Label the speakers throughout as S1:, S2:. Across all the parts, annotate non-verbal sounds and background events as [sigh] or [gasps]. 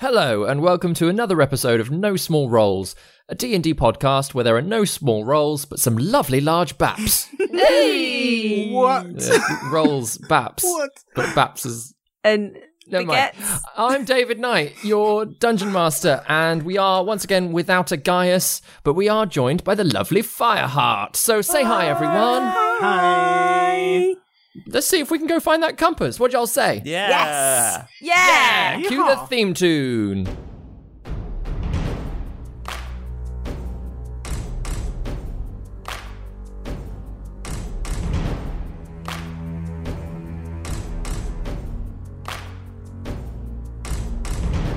S1: Hello and welcome to another episode of No Small Roles, a D&D podcast where there are no small roles but some lovely large
S2: [laughs]
S1: baps.
S2: Hey!
S3: What?
S1: Uh, rolls baps.
S3: [laughs] What?
S1: But baps is
S2: And
S1: Never mind.
S2: baguettes.
S1: I'm David Knight, your dungeon master, and we are once again without a Gaius, but we are joined by the lovely Fireheart. So say hi, everyone.
S3: Hi.
S1: Let's see if we can go find that compass. What y'all say?
S3: Yeah.
S2: Yes. Yeah.
S1: Cue the theme tune.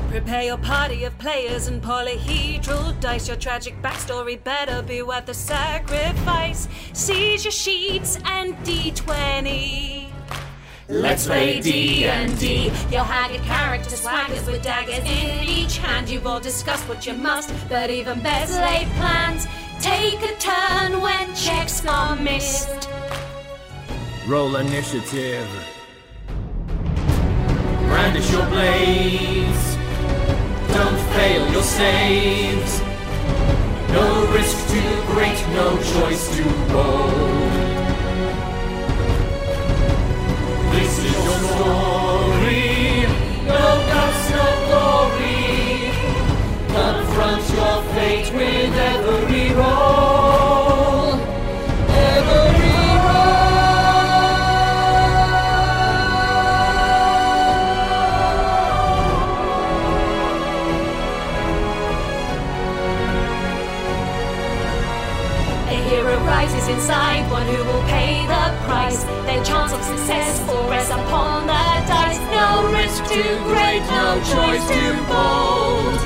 S4: Prepare your party of players and polyhedral dice. Your tragic backstory better be worth the sacrifice. Seize your sheets and D20. Let's play D and D. Your haggard character swaggers with daggers in each hand. You've all discussed what you must, but even better laid plans. Take a turn when checks are missed.
S5: Roll initiative. Brandish your blades. Don't fail your saves. No risk too great, no choice to bold. This is your story. No guts, no glory. Confront your fate with every roll. Every roll.
S4: A hero rises inside, one who will pay the price. Their chance of success will rest upon the dice. No risk too great, no choice too bold.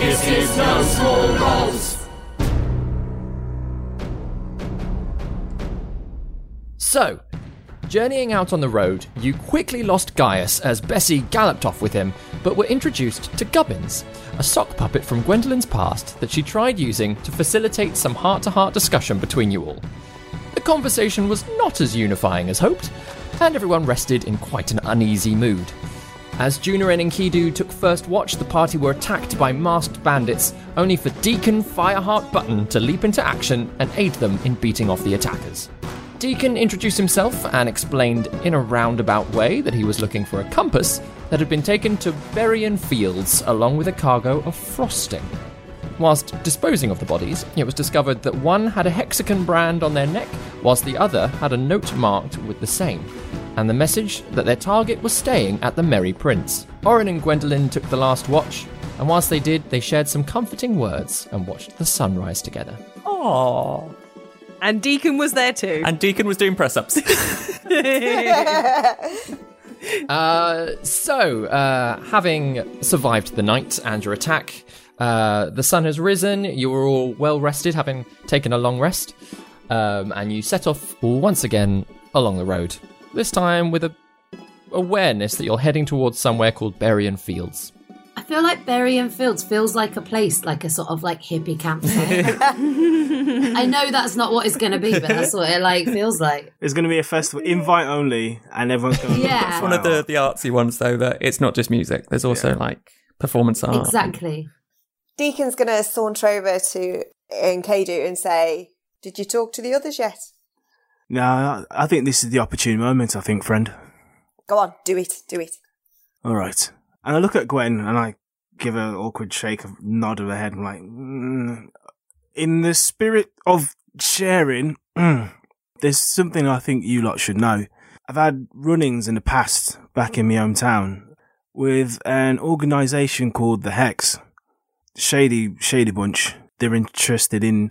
S5: This is no small rolls.
S1: So, journeying out on the road, you quickly lost Gaius as Bessie galloped off with him, but were introduced to Gubbins, a sock puppet from Gwendolyn's past that she tried using to facilitate some heart to heart discussion between you all. The conversation was not as unifying as hoped, and everyone rested in quite an uneasy mood. As Juna and Enkidu took first watch, the party were attacked by masked bandits, only for Deacon Fireheart Button to leap into action and aid them in beating off the attackers. Deacon introduced himself and explained in a roundabout way that he was looking for a compass that had been taken to Berrien Fields along with a cargo of frosting. Whilst disposing of the bodies, it was discovered that one had a hexagon brand on their neck, whilst the other had a note marked with the same, and the message that their target was staying at the Merry Prince. Orin and Gwendolyn took the last watch, and whilst they did, they shared some comforting words and watched the sunrise together.
S2: Aww. And Deacon was there too.
S3: And Deacon was doing press [laughs] ups.
S1: So, uh, having survived the night and your attack, uh, the sun has risen. You were all well rested, having taken a long rest, um, and you set off once again along the road. This time with a awareness that you're heading towards somewhere called Berrien Fields.
S6: I feel like Berry and Fields feels like a place, like a sort of like hippie campsite. I know that's not what it's going to be, but that's what it like feels like.
S7: There's going to be a festival, invite only, and everyone's going. [laughs]
S6: Yeah.
S3: It's one of the, the artsy ones, though, that it's not just music. There's also like performance art.
S6: Exactly.
S8: Deacon's going to saunter over to Enkedu and say, Did you talk to the others yet?
S7: No, I I think this is the opportune moment. I think, friend.
S8: Go on, do it, do it.
S7: All right. And I look at Gwen and I give her an awkward shake of nod of her head. I'm like, mm, in the spirit of sharing,
S9: [laughs]
S7: mm, there's something I think you lot should know. I've had runnings in the past back in my hometown with an organisation called the Hex. Shady, shady bunch. They're interested in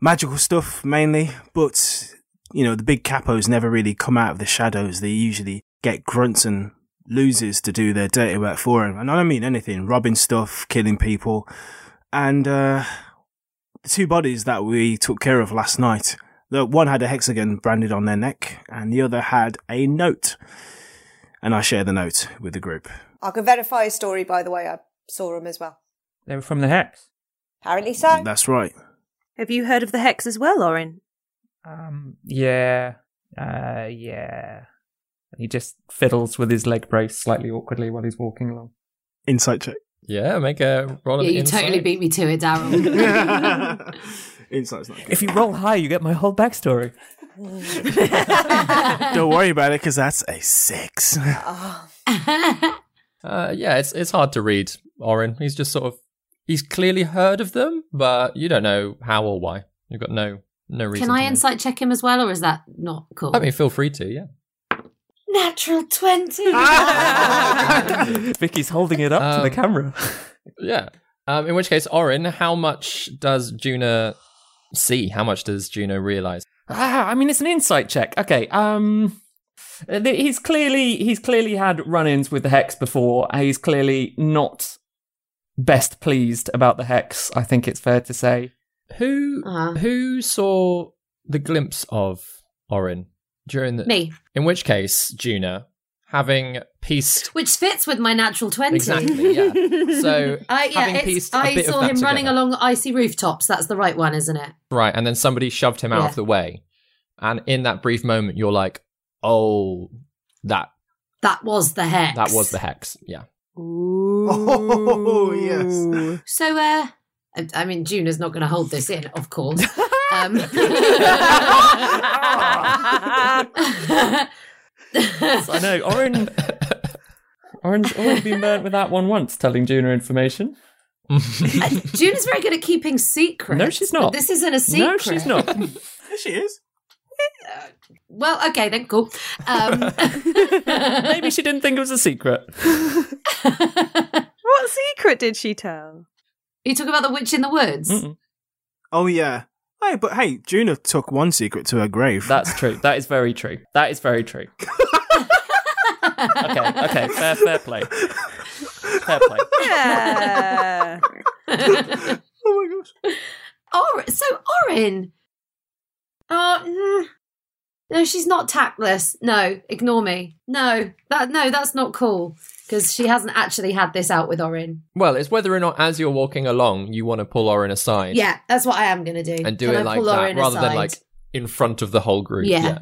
S7: magical stuff mainly, but you know the big capos never really come out of the shadows. They usually get grunts and losers to do their dirty work for them. And I don't mean anything, robbing stuff, killing people, and uh, the two bodies that we took care of last night. The one had a hexagon branded on their neck, and the other had a note. And I share the note with the group.
S8: I can verify a story, by the way. I saw him as well.
S3: They were from the Hex.
S8: Apparently so.
S7: Mm, That's right.
S2: Have you heard of the Hex as well, Orin?
S3: Um, yeah, uh, yeah. He just fiddles with his leg brace slightly awkwardly while he's walking along.
S7: Insight check.
S1: Yeah, make a roll of
S6: Yeah, you
S1: insight.
S6: totally beat me to it,
S1: [laughs]
S6: Daryl.
S7: Insight's not good.
S3: If you roll high, you get my whole backstory.
S7: Don't
S1: [laughs]
S7: worry about it, because that's a six.
S1: Uh, yeah, it's it's hard to read Orin. He's just sort of he's clearly heard of them, but you don't know how or why. You've got no no reason.
S6: Can
S1: to
S6: I
S1: know.
S6: insight check him as well, or is that not cool?
S1: I mean, Oh, feel free to. Yeah.
S6: Natural
S1: [laughs]
S6: 20.
S3: Vicky's holding it up to the camera.
S1: Yeah. Um, in which case, Orin, how much does Juno see? How much does Juno realize?
S3: Ah, I mean, it's an insight check. Okay. Um, uh, th- he's clearly he's clearly had run-ins with the hex before. Uh, He's clearly not best pleased about the hex. I think it's fair to say.
S1: Who
S6: Uh.
S1: who saw the glimpse of Orin during the
S6: Me.
S1: In which case, Juno, having pieced
S6: Which fits with my natural 20.
S1: Exactly,
S6: [laughs]
S1: yeah. So,
S6: I, yeah,
S1: having
S6: it's-
S1: pieced a
S6: I
S1: bit of
S6: saw
S1: that
S6: him running
S1: together.
S6: along icy rooftops. That's the right one, isn't it?
S1: Right, and then somebody shoved him out
S6: Yeah.
S1: of the way. And in that brief moment, you're like, oh, that
S6: That was the hex.
S1: that was the hex. Yeah.
S7: Oh, yes.
S6: So, uh, I, I mean, Juno's not going to hold this in, of course. um, [laughs]
S3: I know.
S6: [laughs]
S3: Orin. Orin's already been burnt with that one once, telling Juno information.
S6: Juno's very good at keeping secrets.
S3: No, she's not.
S6: But this isn't a secret.
S3: No, she's not.
S7: [laughs] There she is.
S6: Well, okay, then, cool. Um,
S3: [laughs] Maybe she didn't think it was a secret.
S2: What secret did she tell?
S6: you talk about the witch in the woods?
S7: Oh, yeah. Hey, but hey, Juno took one secret to her grave.
S3: That's true. That is very true. That is very true. okay, okay, fair, fair play. Fair play.
S1: [laughs]
S2: Yeah.
S7: oh my gosh.
S6: Or- so, Orin. Oh, mm. no, she's not tactless. No, ignore me. No, that no, that's not cool because she hasn't actually had this out with Orin.
S1: [laughs] Well, it's whether or not as you're walking along, you want to pull Orin aside
S6: Yeah, that's what I am gonna do.
S1: and do
S6: Can
S1: it
S6: I
S1: like
S6: pull
S1: that
S6: Orin
S1: rather than
S6: aside?
S1: like in front of the whole group.
S6: Yeah.
S1: yeah.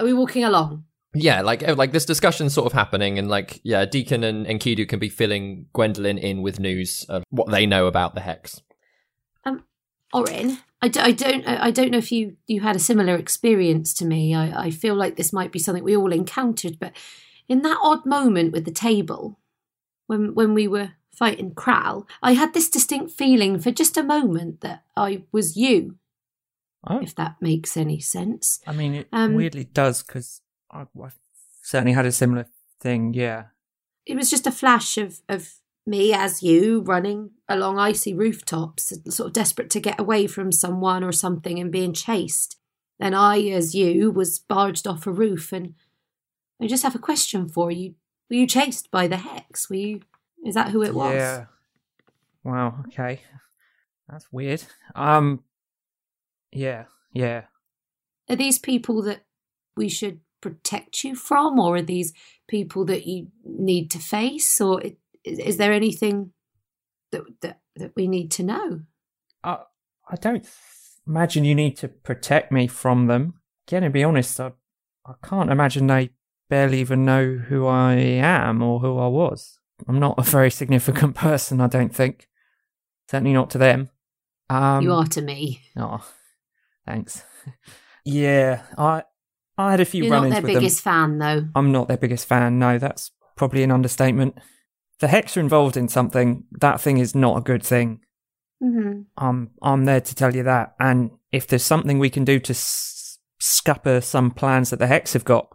S6: Are we walking along?
S1: Yeah, like eh, like this discussion's sort of happening, and like yeah, Deacon and, and Kidu can be filling Gwendolyn in with news of what they know about the hex.
S6: Orin, Um, I, d- I don't I I don't know if you you had a similar experience to me. I, I feel like this might be something we all encountered, but in that odd moment with the table, when when we were fighting Kral, I had this distinct feeling for just a moment that I was you,
S3: Oh.
S6: if that makes any sense.
S3: I mean, it
S6: Um,
S3: weirdly does because I've certainly had a similar thing. Yeah.
S6: It was just a flash of of me as you running along icy rooftops, sort of desperate to get away from someone or something and being chased. Then I, as you, was barged off a roof. And I just have a question for you: Were you chased by the hex? Were you? Is that who it was?
S3: Yeah. Wow. Okay. That's weird. Um. Yeah. Yeah.
S6: Are these people that we should protect you from, or are these people that you need to face, or i- is, is there anything that, that that we need to know?
S3: I I don't th- imagine you need to protect me from them. Again, to be honest, I I can't imagine they barely even know who I am or who I was. I'm not a very significant [laughs] person, I don't think. Certainly not to them. Um,
S6: you are to me.
S3: Oh, thanks. yeah, I I had a few
S6: You're not
S3: run-ins
S6: their
S3: with
S6: biggest
S3: them.
S6: fan, though.
S3: I'm not their biggest fan. No, that's probably an understatement. the hex are involved in something, that thing is not a good thing.
S6: Mm-hmm.
S3: I'm I'm there to tell you that. And if there's something we can do to s- scupper some plans that the Hex have got,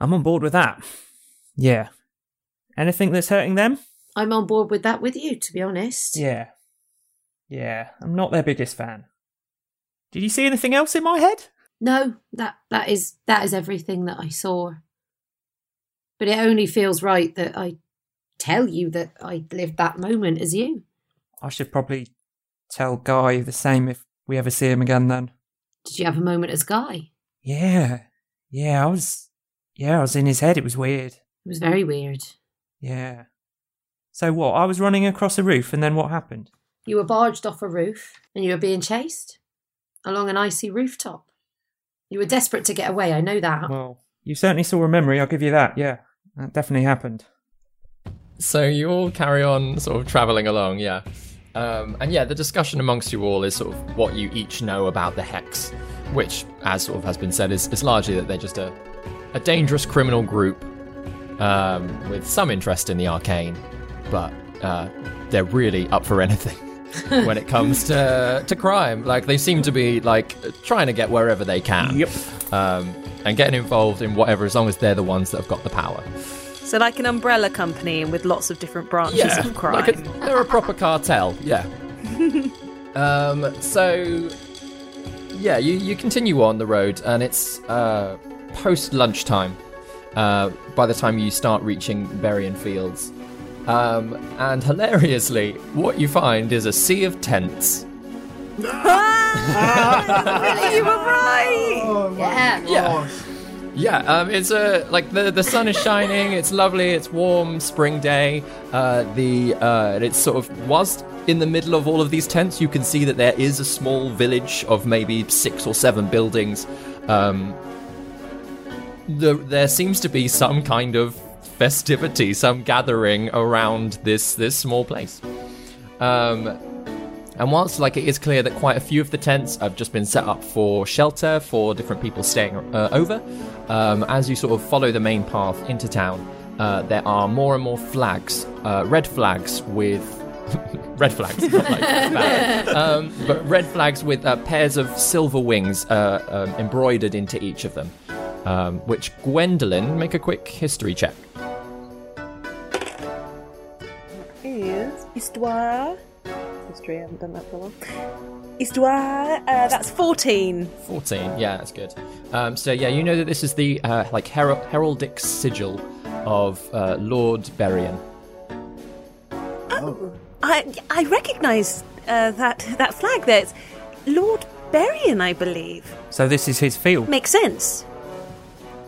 S3: I'm on board with that. Yeah. Anything that's hurting them?
S6: I'm on board with that with you, to be honest.
S3: Yeah. Yeah. I'm not their biggest fan. Did you see anything else in my head?
S6: No, that that is that is everything that I saw. But it only feels right that I tell you that I lived that moment as you.
S3: I should probably tell Guy the same if we ever see him again then.
S6: Did you have a moment as Guy?
S3: Yeah. Yeah, I was yeah, I was in his head. It was weird.
S6: It was very weird.
S3: Yeah. So what? I was running across a roof and then what happened?
S6: You were barged off a roof and you were being chased along an icy rooftop. You were desperate to get away, I know that. [laughs]
S3: Well, you certainly saw a memory, I'll give you that. Yeah. That definitely happened.
S1: So you all carry on sort of traveling along, yeah. Um, and yeah, the discussion amongst you all is sort of what you each know about the Hex, which, as sort of has been said, is, is largely that they're just a, a dangerous criminal group um, with some interest in the arcane, but uh, they're really up for anything when it comes to, to crime. Like, they seem to be, like, trying to get wherever they can.
S3: Yep.
S1: Um, and getting involved in whatever, as long as they're the ones that have got the power.
S2: So, like an umbrella company with lots of different branches
S1: Yeah,
S2: of crime.
S1: like a- they're a proper cartel.
S2: [laughs]
S1: Yeah. um. So, yeah, you you continue on the road, and it's uh post lunchtime. Uh, by the time you start reaching Berrien Fields, um, and hilariously, what you find is a sea of tents.
S2: you were right!
S6: yeah.
S1: Yeah. Yeah, um, it's a like the the sun is shining. It's lovely. It's warm spring day. Uh, the uh, and it's sort of whilst in the middle of all of these tents, you can see that there is a small village of maybe six or seven buildings. Um, the, there seems to be some kind of festivity, some gathering around this this small place. Um, and whilst like it is clear that quite a few of the tents have just been set up for shelter for different people staying uh, over, um, as you sort of follow the main path into town, uh, there are more and more flags, uh, red flags with [laughs] red flags, not
S6: [laughs]
S1: like that. um, but red flags with uh, pairs of silver wings uh, um, embroidered into each of them. Um, which Gwendolyn, make a quick history check.
S9: is Histoire. History, I haven't done that for a while. Histoire, uh, that's 14.
S1: 14 yeah that's good um, so yeah you know that this is the uh, like her- heraldic sigil of uh, lord berrien
S9: Oh, I, I recognise uh, that, that flag there. It's Lord Berrien, I believe.
S3: So this is his field.
S9: Makes sense.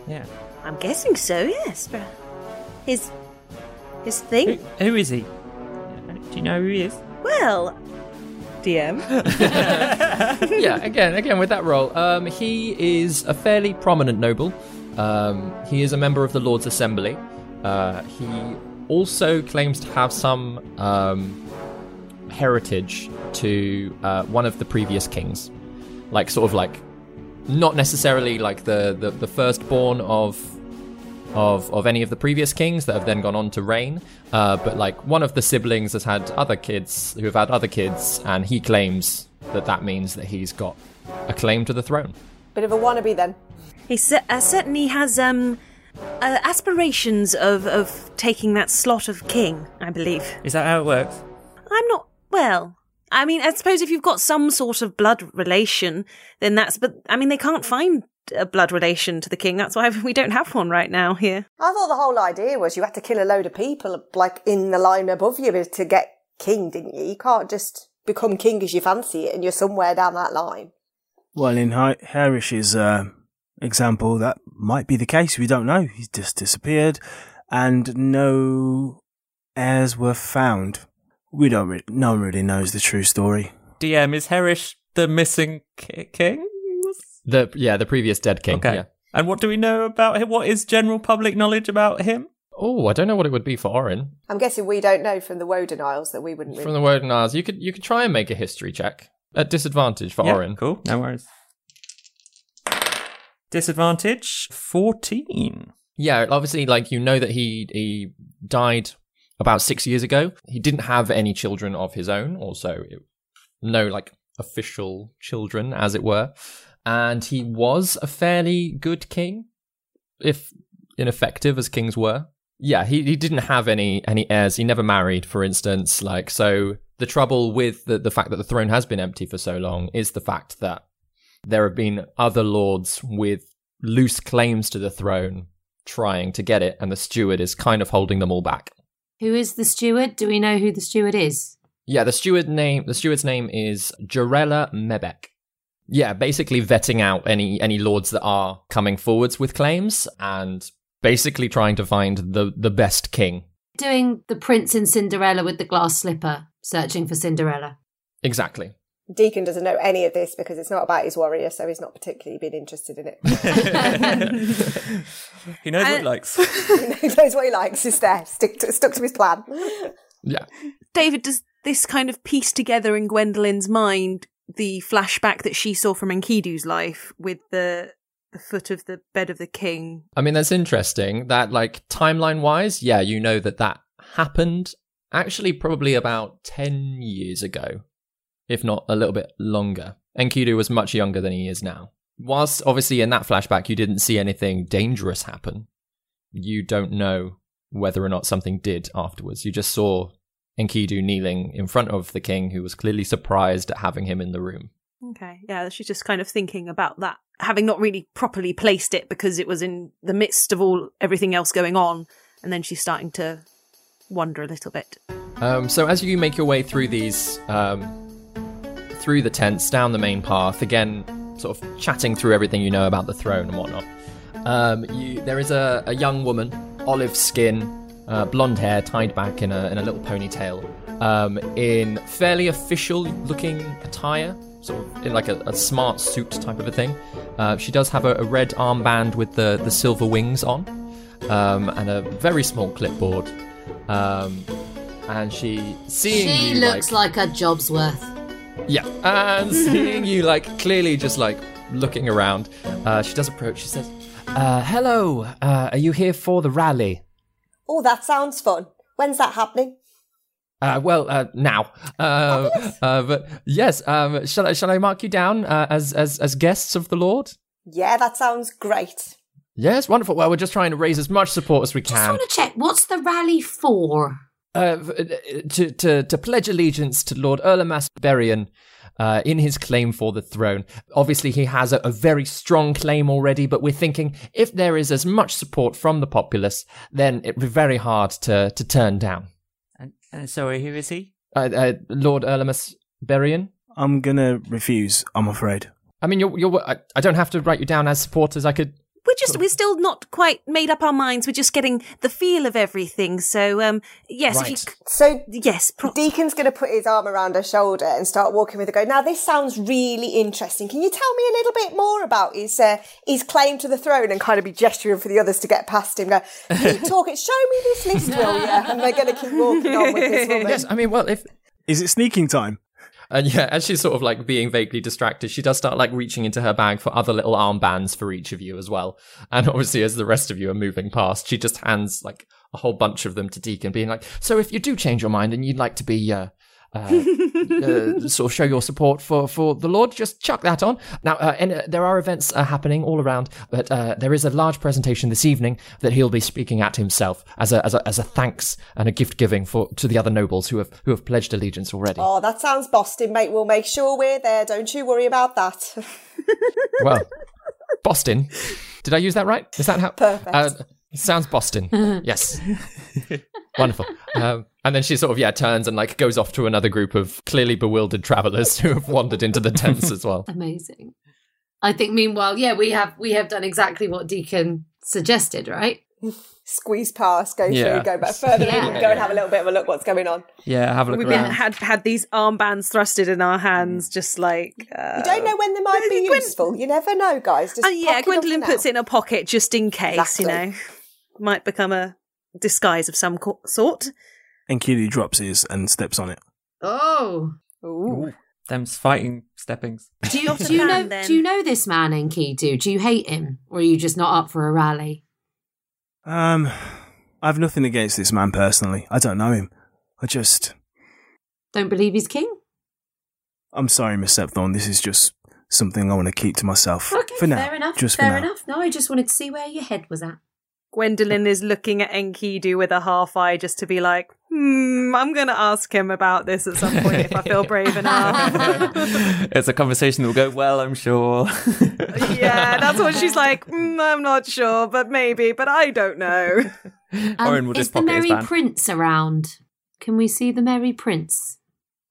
S3: Yeah.
S9: I'm guessing so, yes. bruh. His, his thing?
S3: Who is he? Do you know who he is?
S9: Well, DM.
S1: yeah again again with that role um, he is a fairly prominent noble um, he is a member of the lord's assembly uh, he also claims to have some um, heritage to uh, one of the previous kings like sort of like not necessarily like the, the, the firstborn of of of any of the previous kings that have then gone on to reign. Uh, but like one of the siblings has had other kids who have had other kids, and he claims that that means that he's got a claim to the throne.
S8: Bit of a wannabe then.
S9: He cer- uh, certainly has um, uh, aspirations of, of taking that slot of king, I believe.
S3: Is that how it works?
S9: I'm not well. I mean, I suppose if you've got some sort of blood relation, then that's. But I mean, they can't find a blood relation to the king. That's why [laughs] we don't have one right now here.
S8: I thought the whole idea was you had to kill a load of people, like in the line above you, to get king, didn't you? You can't just become king as you fancy it, and you're somewhere down that line.
S7: Well, in Hi- Herish's uh, example, that might be the case. We don't know. He's just disappeared, and no heirs were found. We don't. Re- no one really knows the true story.
S3: DM is Herish the missing ki- king?
S1: The yeah, the previous dead king.
S3: Okay.
S1: Yeah.
S3: And what do we know about him? What is general public knowledge about him?
S1: Oh, I don't know what it would be for Orin
S8: I'm guessing we don't know from the Woden Isles that we wouldn't.
S1: from
S8: Really.
S1: the Woden Isles. You could you could try and make a history check at disadvantage for
S3: Yeah,
S1: Orin.
S3: Cool. No worries. Disadvantage 14.
S1: Yeah, obviously, like you know that he he died about six years ago. He didn't have any children of his own, also it, no like official children, as it were. And he was a fairly good king, if ineffective as kings were. Yeah, he, he didn't have any any heirs. He never married, for instance. Like so, the trouble with the, the fact that the throne has been empty for so long is the fact that there have been other lords with loose claims to the throne trying to get it, and the steward is kind of holding them all back.
S6: Who is the steward? Do we know who the steward is?
S1: Yeah, the steward name the steward's name is Jarella Mebek. Yeah, basically vetting out any any lords that are coming forwards with claims and basically trying to find the the best king.
S6: Doing the prince in Cinderella with the glass slipper, searching for Cinderella.
S1: Exactly.
S8: Deacon doesn't know any of this because it's not about his warrior, so he's not particularly been interested in it. [laughs]
S3: He knows what he likes.
S6: [laughs]
S8: he knows what he likes. He's there. Stick to, stuck to his plan.
S1: Yeah.
S9: David, does this kind of piece together in Gwendolyn's mind the flashback that she saw from Enkidu's life with the the foot of the bed of the king?
S1: I mean, that's interesting. That like timeline wise, yeah, you know that that happened actually probably about ten years ago, if not a little bit longer. Enkidu was much younger than he is now. Whilst obviously in that flashback you didn't see anything dangerous happen, you don't know whether or not something did afterwards. You just saw Enkidu kneeling in front of the king, who was clearly surprised at having him in the room.
S9: Okay. Yeah, she's just kind of thinking about that, having not really properly placed it because it was in the midst of all everything else going on, and then she's starting to wonder a little bit.
S1: Um, so as you make your way through these, um, through the tents, down the main path, again, sort of chatting through everything you know about the throne and whatnot. Um, you, there is a, a young woman, olive skin, uh, blonde hair tied back in a, in a little ponytail, um, in fairly official looking attire, sort of in like a, a smart suit type of a thing. Uh, she does have a, a red armband with the, the silver wings on, um, and a very small clipboard. Um, and she seeing
S6: she
S1: you,
S6: looks like, a job's worth.
S1: yeah, and seeing you like clearly just like looking around, uh, she does approach. She says, uh, "Hello, uh, are you here for the rally?"
S8: Oh, that sounds fun. When's that happening?
S1: Uh, well, uh, now, uh, uh, but yes, um, shall I shall I mark you down uh, as as as guests of the Lord?
S8: Yeah, that sounds great.
S1: Yes, wonderful. Well, we're just trying to raise as much support as we
S6: I
S1: can
S6: want to check what's the rally for?
S1: uh, to to to pledge allegiance to Lord Erlamas Berrien. Uh, in his claim for the throne. Obviously, he has a, a very strong claim already, but we're thinking if there is as much support from the populace, then it'd be very hard to, to turn down.
S3: And, and Uh, sorry, who is he?
S1: Uh, uh, Lord Erlamus Berrien?
S7: I'm gonna refuse. I'm afraid.
S1: I mean, you're, you're, I, I don't have to write you down as supporters. I could.
S9: We're just we're still not quite made up our minds. We're just getting the feel of everything. So um, yes, if you
S1: Right.
S9: c-
S8: So
S9: yes,
S8: Deacon's going to put his arm around her shoulder and start walking with her. Go now. This sounds really interesting. Can you tell me a little bit more about his uh, his claim to the throne and kind of be gesturing for the others to get
S3: [laughs]
S8: past him? Go keep talking. Show me this list, will ya? And they're going to keep walking on with this woman.
S1: Yes, I mean, well, if
S7: Is it sneaking time?
S1: And yeah, as she's sort of like being vaguely distracted, she does start like reaching into her bag for other little armbands for each of you as well. And obviously, as the rest of you are moving past, she just hands like a whole bunch of them to Deacon, being like, "So if you do change your mind and you'd like to be uh, uh, uh, sort of show your support for for the Lord, just chuck that on." Now, uh, and uh, there are events uh, happening all around, but uh, there is a large presentation this evening that he'll be speaking at himself as a as a, as a thanks and a gift giving for to the other nobles who have who have pledged allegiance already.
S8: Oh, that sounds Boston, mate. We'll make sure we're there. Don't you worry about that. [laughs]
S1: well, Boston. Did I use that right? Is that how?
S8: Perfect.
S1: Uh, sounds
S8: [laughs]
S1: Boston. yes. Wonderful. Um, and then she sort of yeah turns and like goes off to another group of clearly bewildered travellers [laughs] who have wandered into the tents as well.
S6: Amazing. I think meanwhile, yeah, we have we have done exactly what Deacon suggested, right?
S8: Squeeze past, go
S1: Yeah.
S8: through, go back further in,
S6: Yeah.
S8: go and have a little bit of a look. What's
S6: [laughs]
S8: going on?
S3: Yeah, have a look
S9: we've
S3: around. Hmm.
S9: been had had these armbands thrusted in our hands, just like uh,
S8: You don't know when they might be useful. You never know, guys. Just
S9: Oh yeah,
S8: pocket 'em
S9: Gwendolyn
S8: for
S9: puts
S8: now.
S9: it in a pocket just in case. You
S8: Exactly.
S9: know, might become a disguise of some co- sort.
S7: And Kili drops his and steps on it.
S6: Oh.
S3: Ooh, Them's fighting steppings.
S6: Do
S1: [laughs]
S6: you,
S9: Not a
S6: do you
S9: fan,
S6: know
S9: then.
S6: do you know this man Enkidu? Do you hate him? Or are you just not up for a rally?
S7: Um, I've nothing against this man personally. I don't know him. I just.
S6: Don't believe he's king?
S7: I'm sorry, Miss Septhorne. This is just something I want to keep to myself.
S6: Okay,
S7: for now.
S6: fair enough.
S7: Just
S6: fair
S7: for now.
S6: enough. No, I just wanted to see where your head was at.
S9: Gwendolyn is looking at Enkidu with a half eye just to be like, hmm, I'm going to ask him about this at some point if I
S7: [laughs]
S9: feel brave enough.
S1: It's a conversation that will go well, I'm sure.
S9: yeah, that's what she's like, "Mm, I'm not sure, but maybe, but I don't know.
S1: [laughs] Oren
S6: Um,
S1: will
S6: is
S1: just
S6: the
S1: pocket his
S6: Merry
S1: band.
S6: Prince around? Can we see the Merry Prince?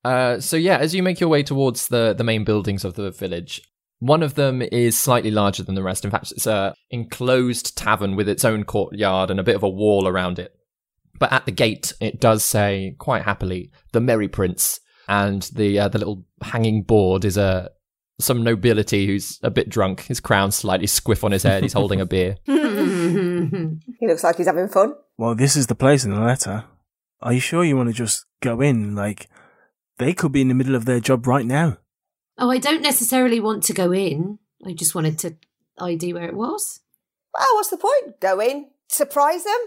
S1: Uh, so yeah, as you make your way towards the the main buildings of the village, one of them is slightly larger than the rest. In fact, it's a enclosed tavern with its own courtyard and a bit of a wall around it. But at the gate, it does say quite happily "The Merry Prince," and the uh, the little hanging board is a some nobility who's a bit drunk. His crown slightly squiff on his head. He's holding a [laughs] beer.
S8: he looks like he's having fun.
S7: Well, this is the place in the letter. Are you sure you want to just go in? Like, they could be in the middle of their job right now.
S6: Oh, I don't necessarily want to go in. I just wanted to ID where it was.
S8: Well, what's the point? Go in, surprise them,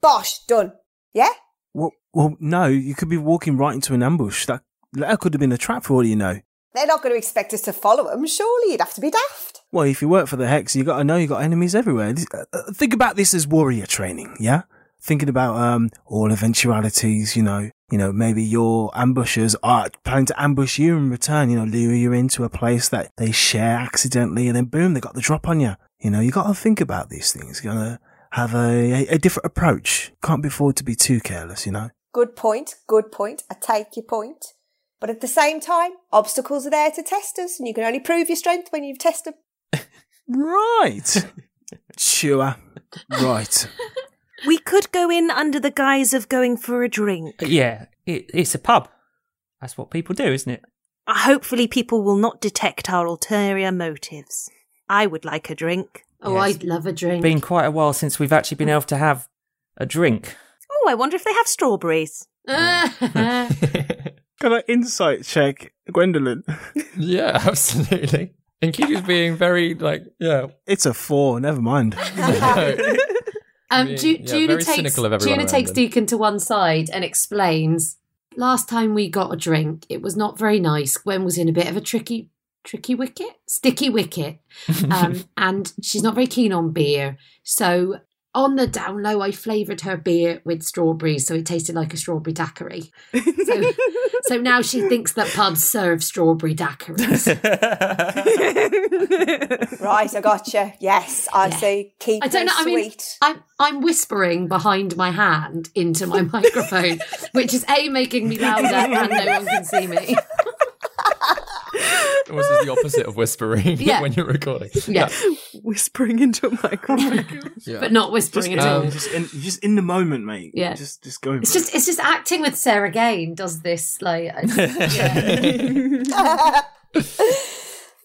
S8: bosh, done. Yeah?
S7: Well, well, no, you could be walking right into an ambush. That letter could have been a trap for all you know.
S8: They're not going to expect us to follow them, surely. You'd have to be daft.
S7: Well, if you work for the Hex, you got to know you got enemies everywhere. This- uh, uh, Think about this as warrior training, yeah? Thinking about um all eventualities, you know, you know, maybe your ambushers are planning to ambush you in return, you know, lure you into a place that they share accidentally, and then boom, they got the drop on you. You know, you got to think about these things. You got to have a, a a different approach. Can't be afford to be too careless, you know.
S8: Good point, good point. I take your point. But at the same time, obstacles are there to test us, and you can only prove your strength when
S6: [laughs]
S8: you've tested them.
S7: Right. [laughs] sure. Right.
S9: We could go in under the guise of going for a drink.
S3: [laughs] Yeah, it, it's a pub. That's what people do, isn't it?
S9: Uh, Hopefully, people will not detect our ulterior motives. I would like a drink.
S6: Oh, I'd love a drink.
S3: Been quite a while since we've actually been able to have a drink.
S9: Oh, I wonder if they have strawberries.
S6: Ah.
S7: Can I insight check Gwendolyn? [laughs]
S1: yeah, [laughs] absolutely. And Kiki's being very like, yeah.
S7: It's a four. Never
S1: [laughs]
S7: mind.
S6: [laughs] Um,
S1: Being-
S6: Ju-
S1: yeah,
S6: Juna
S1: very
S6: takes,
S1: cynical of everyone
S6: Juna
S1: around
S6: takes
S1: them.
S6: Deacon to one side and explains. Last time we got a drink, it was not very nice. Gwen was in a bit of a tricky, tricky wicket, sticky
S1: [laughs]
S6: wicket, um, and she's not very keen on beer. So on the down low, I flavoured her beer with strawberries, so it tasted like a strawberry daiquiri. So, so now she thinks that pubs serve strawberry daiquiris.
S8: right, I gotcha. Yes, I see. Keep
S6: I don't
S8: them
S6: know. I mean,
S8: sweet.
S6: I'm I'm whispering behind my hand into
S8: [laughs]
S6: my microphone, which is a making me louder and no one can see
S8: [laughs]
S6: me.
S1: This is the opposite of whispering
S6: Yeah.
S1: [laughs] when you're recording.
S6: Yeah,
S9: [laughs] whispering into a microphone,
S1: [laughs] Yeah.
S6: but not whispering
S7: just,
S6: at all.
S7: in, just, in, you're just in the moment, mate.
S6: Yeah.
S7: Just, just go.
S6: It's just it's just acting with Sarah Gain does this like I-
S8: [laughs]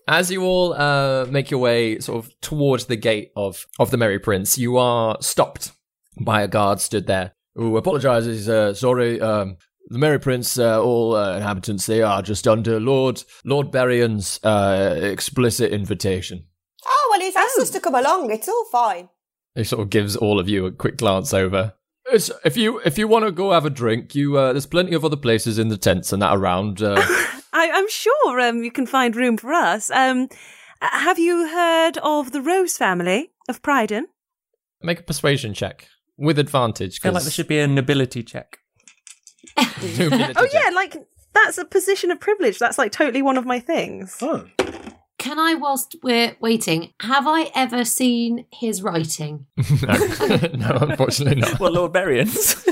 S1: As you all uh, make your way sort of towards the gate of, of the Merry Prince, you are stopped by a guard stood there who apologizes. Uh, sorry, um, the Merry Prince, uh, all uh, inhabitants, they are just under Lord Lord Berrian's uh, explicit invitation.
S8: Oh, well, he's asked us to come along. It's all fine.
S1: He sort of gives all of you a quick glance over. It's, if you if you want to go have a drink, you uh, there's plenty of other places in the tents and that around. Uh,
S9: I, I'm sure um, you can find room for us. Um, uh, have you heard of the Rose family of Pryden?
S1: make a persuasion check with advantage.
S3: I feel like there should be a nobility
S8: [laughs]
S3: check.
S9: [laughs] Oh yeah, like that's a position of privilege. That's like totally one of my things.
S7: Oh.
S6: Can I, whilst we're waiting, have I ever seen his writing?
S1: no, [laughs] unfortunately not.
S3: well, Lord Berrians.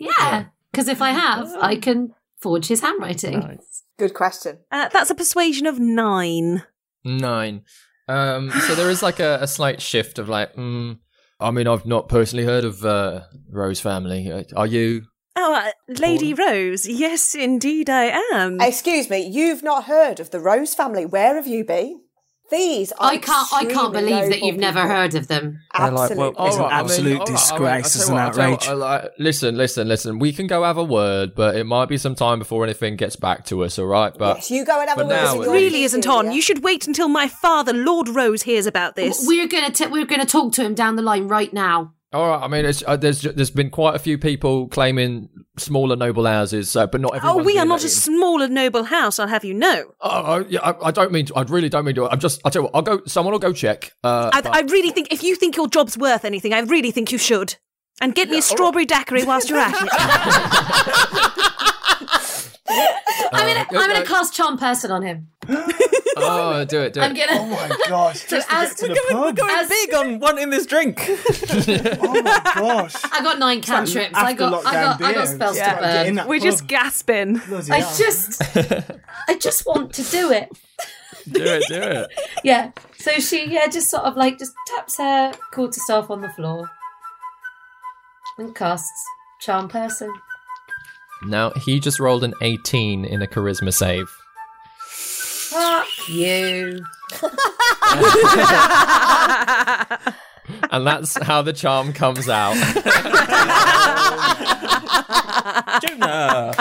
S6: Yeah, because if I have, I can forge his handwriting.
S8: Oh. Good question.
S9: Uh, that's a persuasion of nine.
S1: Nine. Um, so there is like a, a slight shift of like, mm, I mean, I've not personally heard of uh, Rose family. Uh, Are you?
S9: Oh, uh, Lady Rose. Yes, indeed, I am.
S8: Excuse me, you've not heard of the Rose family. Where have you been? These are
S6: I can't I can't
S8: extremely
S6: believe that
S8: noble
S6: you've never
S8: people.
S6: heard of them.
S7: They're like,
S8: Absolutely.
S7: well, it's an absolute disgrace. it's an outrage.
S1: listen, listen, listen. We can go have a word, but it might be some time before anything gets back to us. All right, but
S8: Yes, you go and have
S1: for
S8: a word
S1: now,
S8: with
S1: it-
S8: your
S9: really isn't on. You should wait until my father, Lord Rose, hears about this.
S6: We're gonna t- we're gonna talk to him down the line right now.
S1: All right. I mean, it's, uh, there's there's been quite a few people claiming smaller noble houses, so but not everyone.
S9: oh, we are not a smaller noble house. I'll have you know.
S1: Oh, I- yeah, I, I don't mean. To, I really don't mean to. I'm just. I tell you what. I'll go. Someone will go check. Uh,
S9: I,
S1: but-
S9: I really think if you think your job's worth anything, I really think you should. And get me a strawberry daiquiri whilst you're at it.
S6: I'm gonna,
S1: Uh,
S6: I'm gonna
S1: uh,
S6: cast charm person on him.
S1: oh, do it. Do it.
S6: I'm gonna. Oh [laughs] my gosh! so as
S3: We're going, we're going
S6: as-
S3: big on wanting this [laughs] drink. Oh
S7: Gosh.
S6: I got nine
S7: like
S6: cantrips. I
S7: after
S6: got, I got,
S7: lockdown
S6: I got
S7: beer.
S6: spells
S7: Yeah, get
S6: to
S7: in
S6: burn.
S7: that
S9: We're just gasping.
S6: I just, I just want to do it.
S1: Do it. Do it.
S6: Yeah. So she, yeah, just sort of like just taps her quarter staff on the floor and casts charm person.
S1: Now he just rolled an 18 in a charisma save.
S6: Fuck [laughs] you.
S1: and that's how the charm comes out. Jonah,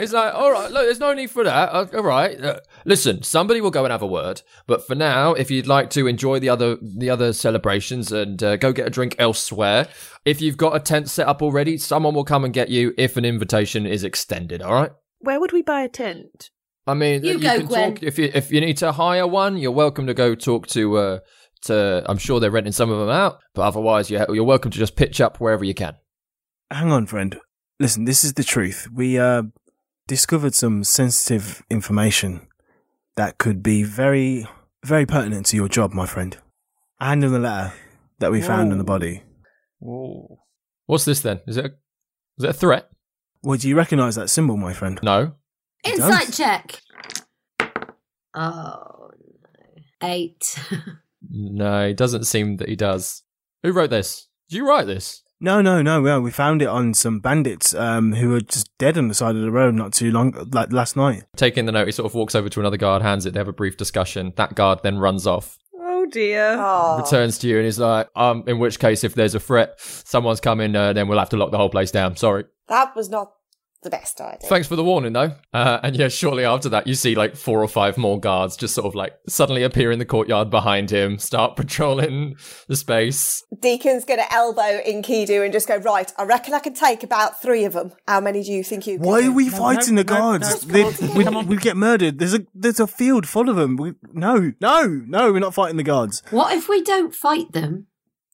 S1: it's like, all right, look, there's no need for that. Uh, All right, uh, listen, somebody will go and have a word, but for now, if you'd like to enjoy the other the other celebrations and uh, go get a drink elsewhere, if you've got a tent set up already, someone will come and get you if an invitation is extended. All right.
S9: Where would we buy a tent?
S1: I mean,
S9: You
S1: you,
S9: go,
S1: can
S9: Gwen.
S1: talk if you if you need to hire one, you're welcome to go talk to. Uh, to I'm sure they're renting some of them out, but otherwise, you're, you're welcome to just pitch up wherever you can.
S7: Hang on, friend. Listen, this is the truth. We uh, discovered some sensitive information that could be very, very pertinent to your job, my friend. I hand him the letter that we found on the body.
S3: Whoa.
S1: What's this then? Is it a, is it a threat?
S7: Well, do you recognise that symbol, my friend?
S1: No.
S6: Insight check. Oh no. Eight. [laughs]
S1: No, it doesn't seem that he does. Who wrote this? Did you write this?
S7: No, no, no. Well, we found it on some bandits um, who were just dead on the side of the road not too long, like last night.
S1: Taking the note, he sort of walks over to another guard, hands it. They have a brief discussion. That guard then runs off,
S9: Oh dear.
S1: returns to you, and is like, "Um, in which case, if there's a threat, someone's coming. Uh, then we'll have to lock the whole place down. Sorry."
S8: That was not the best idea.
S1: Thanks for the warning, though. Uh, and yeah, shortly after that, you see like four or five more guards just sort of like suddenly appear in the courtyard behind him, start [laughs] patrolling the space.
S8: Deacon's going to elbow in Kidu and just go, right, I reckon I can take about three of them. How many do you think you can
S7: Why
S8: do?"
S7: are we fighting the guards? They- we, we'll get murdered. There's a there's a field full of them. We, no, no, no. We're not fighting the guards.
S6: What if we don't fight them?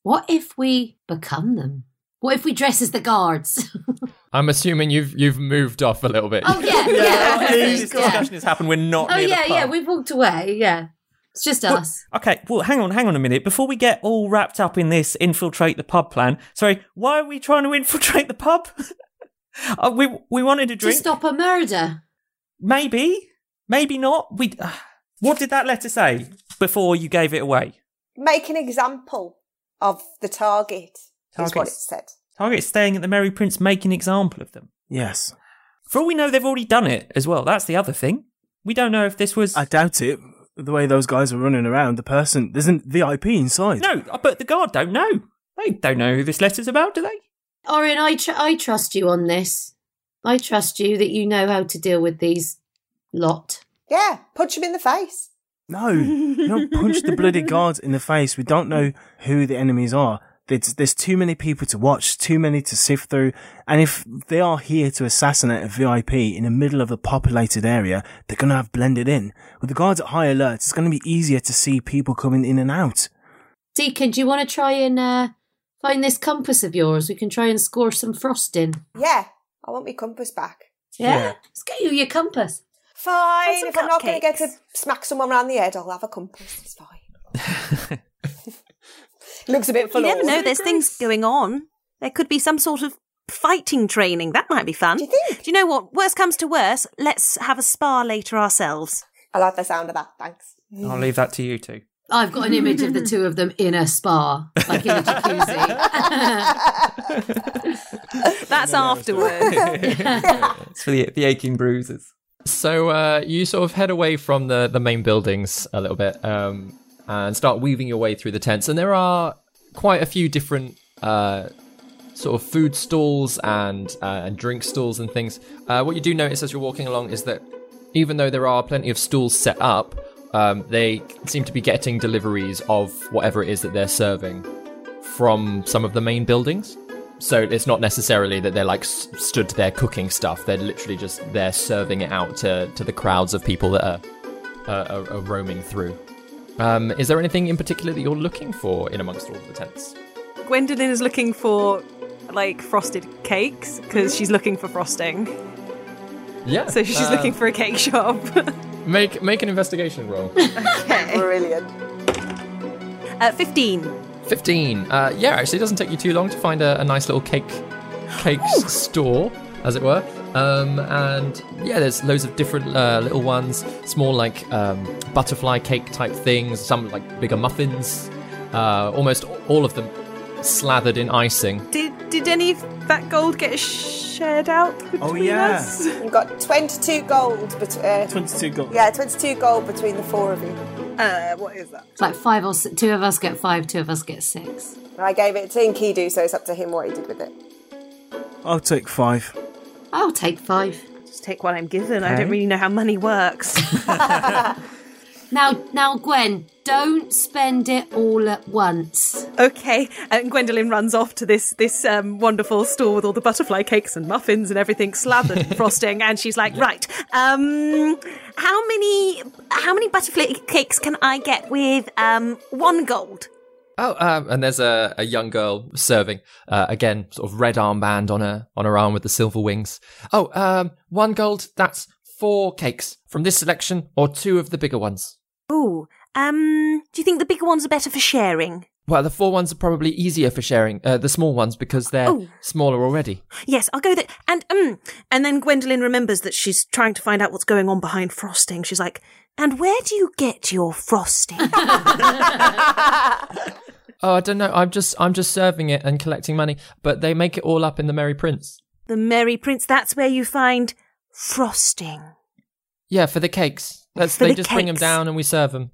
S6: What if we become them? What if we dress as the
S3: [laughs]
S6: guards? [laughs]
S1: I'm assuming you've you've moved off a little bit.
S6: Oh yeah, [laughs] yeah.
S3: this
S6: yeah.
S3: discussion has happened. We're not.
S6: Oh
S3: near
S6: yeah,
S3: the pub.
S6: yeah. We've walked away. Yeah, it's just
S3: Well,
S6: us.
S3: Okay, well, hang on, hang on a minute. Before we get all wrapped up in this infiltrate the pub plan, sorry, why are we trying to infiltrate the pub? [laughs] uh, we we wanted a drink.
S6: To stop a murder.
S3: Maybe, maybe not. We. Uh, what did that letter say before you gave it away?
S8: Make an example of the target, is what it
S3: Target's-
S8: said.
S3: Target's staying at the Merry Prince, make an example of them.
S7: Yes.
S3: For all we know, they've already done it as well. That's the other thing. We don't know if this was.
S7: I doubt it. The way those guys are running around, the person there's an VIP inside.
S3: No, but the guard don't know. They don't know who this letter's about, do they?
S6: Orin, I tr- I trust you on this. I trust you that you know how to deal with these lot.
S8: Yeah, punch him in the face.
S7: No, you don't punch the bloody guards in the face. We don't know who the enemies are. There's, there's too many people to watch, too many to sift through. And if they are here to assassinate a VIP in the middle of a populated area, they're going to have blended in. With the guards at high alert, it's going to be easier to see people coming in and out.
S6: Deacon, do you want to try and uh, find this compass of yours? We can try and score some frosting.
S8: Yeah, I want my compass back.
S6: Yeah,
S8: Yeah.
S6: let's get you your compass.
S8: Fine,
S6: some
S8: if I'm not going to get to
S6: cupcakes.
S8: smack someone around the head, I'll have a compass. It's fine. Looks a bit
S9: You
S8: forlorn.
S9: never know. There's things going on. There could be some sort of fighting training. That might be fun. Do you
S8: think?
S9: Do you know what? Worst comes to worst, let's have a spa later ourselves.
S8: I like the sound of that.
S9: [laughs]
S8: Thanks.
S3: I'll leave that to you two.
S6: I've got an image of the two of them in a spa, like in a
S9: [laughs]
S6: jacuzzi.
S9: That's afterwards.
S1: [laughs]
S3: It's for the, the aching bruises.
S1: So uh, you sort of head away from the, the main buildings a little bit um, and start weaving your way through the tents. And there are quite a few different uh, sort of food stalls and uh, and drink stalls and things. Uh, what you do notice as you're walking along is that even though there are plenty of stalls set up, um, they seem to be getting deliveries of whatever it is that they're serving from some of the main buildings. So it's not necessarily that they're like s- stood there cooking stuff. They're literally just there serving it out to, to the crowds of people that are, uh, are, are roaming through. Um, is there anything in particular that you're looking for in amongst all of the tents?
S2: Gwendolyn is looking for like frosted cakes because she's looking for frosting.
S1: Yeah.
S2: So she's
S1: uh,
S2: looking for a cake
S9: [laughs]
S2: shop.
S1: Make make an investigation roll.
S8: Brilliant.
S2: Uh, 15.
S1: Fifteen. Uh, yeah, actually, it doesn't take you too long to find a, a nice little cake cake s- store, as it were. Um, and yeah, there's loads of different uh, little ones, small like um, butterfly cake type things, some like bigger muffins. Uh, almost all of them slathered in icing.
S2: Did did any of that gold get shared out between
S1: yeah.
S8: [laughs]
S2: us?
S8: You've got 22 gold. Bet- uh,
S7: 22 gold.
S8: Yeah, 22 gold between the four of you. Uh, what is that?
S6: It's like five or six, two of us get five, two of us get six.
S8: I gave it to Enkidu, so it's up to him what he did with it.
S7: I'll take five.
S6: I'll take five.
S9: Just take what I'm given. I
S7: Okay.
S9: don't really know how money works.
S6: [laughs]
S9: [laughs]
S6: Now, now, Gwen, don't spend it all at once.
S2: Okay, and Gwendolyn runs off to this this um, wonderful store with all the butterfly cakes and muffins and everything slathered in frosting, and she's like, right,
S9: Um, how many how many butterfly cakes can I get with um one gold?
S1: Oh, um, and there's a, a young girl serving uh, again, sort of red armband on her on her arm with the silver wings. Oh, um, one gold. That's four cakes from this selection, or two of the bigger ones.
S9: Ooh, um, do you think the bigger ones are better for sharing?
S1: Well, the four ones are probably easier for sharing. Uh, the small ones because they're
S9: Oh.
S1: smaller already.
S9: Yes, I'll go there. And um, and then Gwendolyn remembers that she's trying to find out what's going on behind frosting. She's like, "And where do you get your frosting?"
S1: Oh, I don't know. I'm just I'm just serving it and collecting money, but they make it all up in the Merry Prince.
S9: the Merry Prince. That's where you find frosting.
S1: Yeah, for the cakes. That's,
S9: For
S1: they
S9: the
S1: just bring 'em bring them
S9: cakes.
S1: down and we serve them.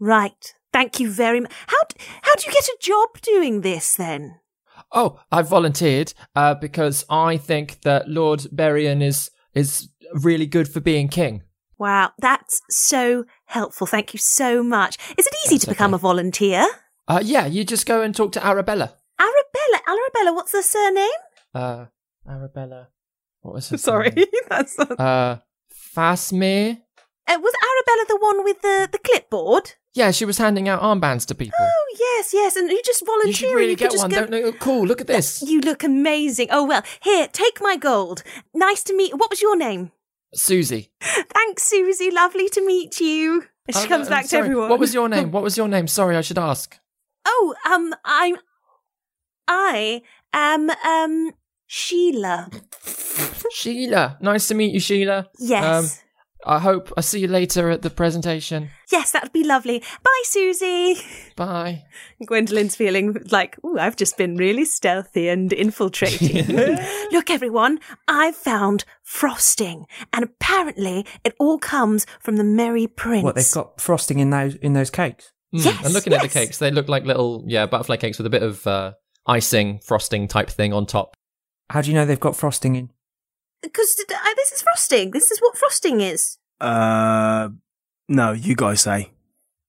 S9: Right. Thank you very much. How d- how do you get a job doing this then?
S1: Oh, I volunteered uh, because I think that Lord Berrien is is really good for being king.
S9: Wow, that's so helpful. Thank you so much. Is it easy to become a volunteer?
S1: Uh, yeah, you just go and talk to Arabella.
S9: Arabella, Arabella, what's the surname?
S1: Uh, Arabella,
S9: [laughs]
S1: what was it?
S2: sorry, that's not-
S1: Uh, Fasmir.
S9: Uh, was Arabella the one with the, the clipboard?
S1: Yeah, she was handing out armbands to people.
S9: Oh yes, yes, and you just volunteer.
S1: you should really
S9: could
S1: get
S9: just
S1: one.
S9: go-
S1: Don't know. Cool. Look at this.
S9: You look amazing. Oh well, here, take my gold. Nice to meet. What was your name?
S1: Susie.
S9: Thanks, Susie. Lovely to meet you. And she
S1: Oh,
S9: comes
S1: no,
S9: back
S1: sorry.
S9: to everyone.
S1: What was your
S9: [laughs]
S1: name? What was your name? Sorry, I should ask.
S9: Oh, um, I'm. I am um Sheila.
S1: Sheila. Nice to meet you, Sheila.
S9: Yes.
S1: Um, I hope I see you later at the presentation.
S9: Yes, that'd be lovely. Bye, Susie. [laughs]
S1: Bye.
S2: Gwendolyn's feeling like, ooh, I've just been really stealthy and infiltrating.
S9: [laughs] Look, everyone, I've found frosting, and apparently it all comes from the Merry Prince.
S3: What they've got frosting in those in those cakes.
S1: Mm,
S9: Yes,
S1: and looking at the
S9: yes.
S1: cakes, they look like little, yeah, butterfly cakes with a bit of uh, icing, frosting type thing on top.
S3: How do you know they've got frosting in?
S9: Because uh, this is frosting. This is what frosting is.
S7: Uh, no, you guys say.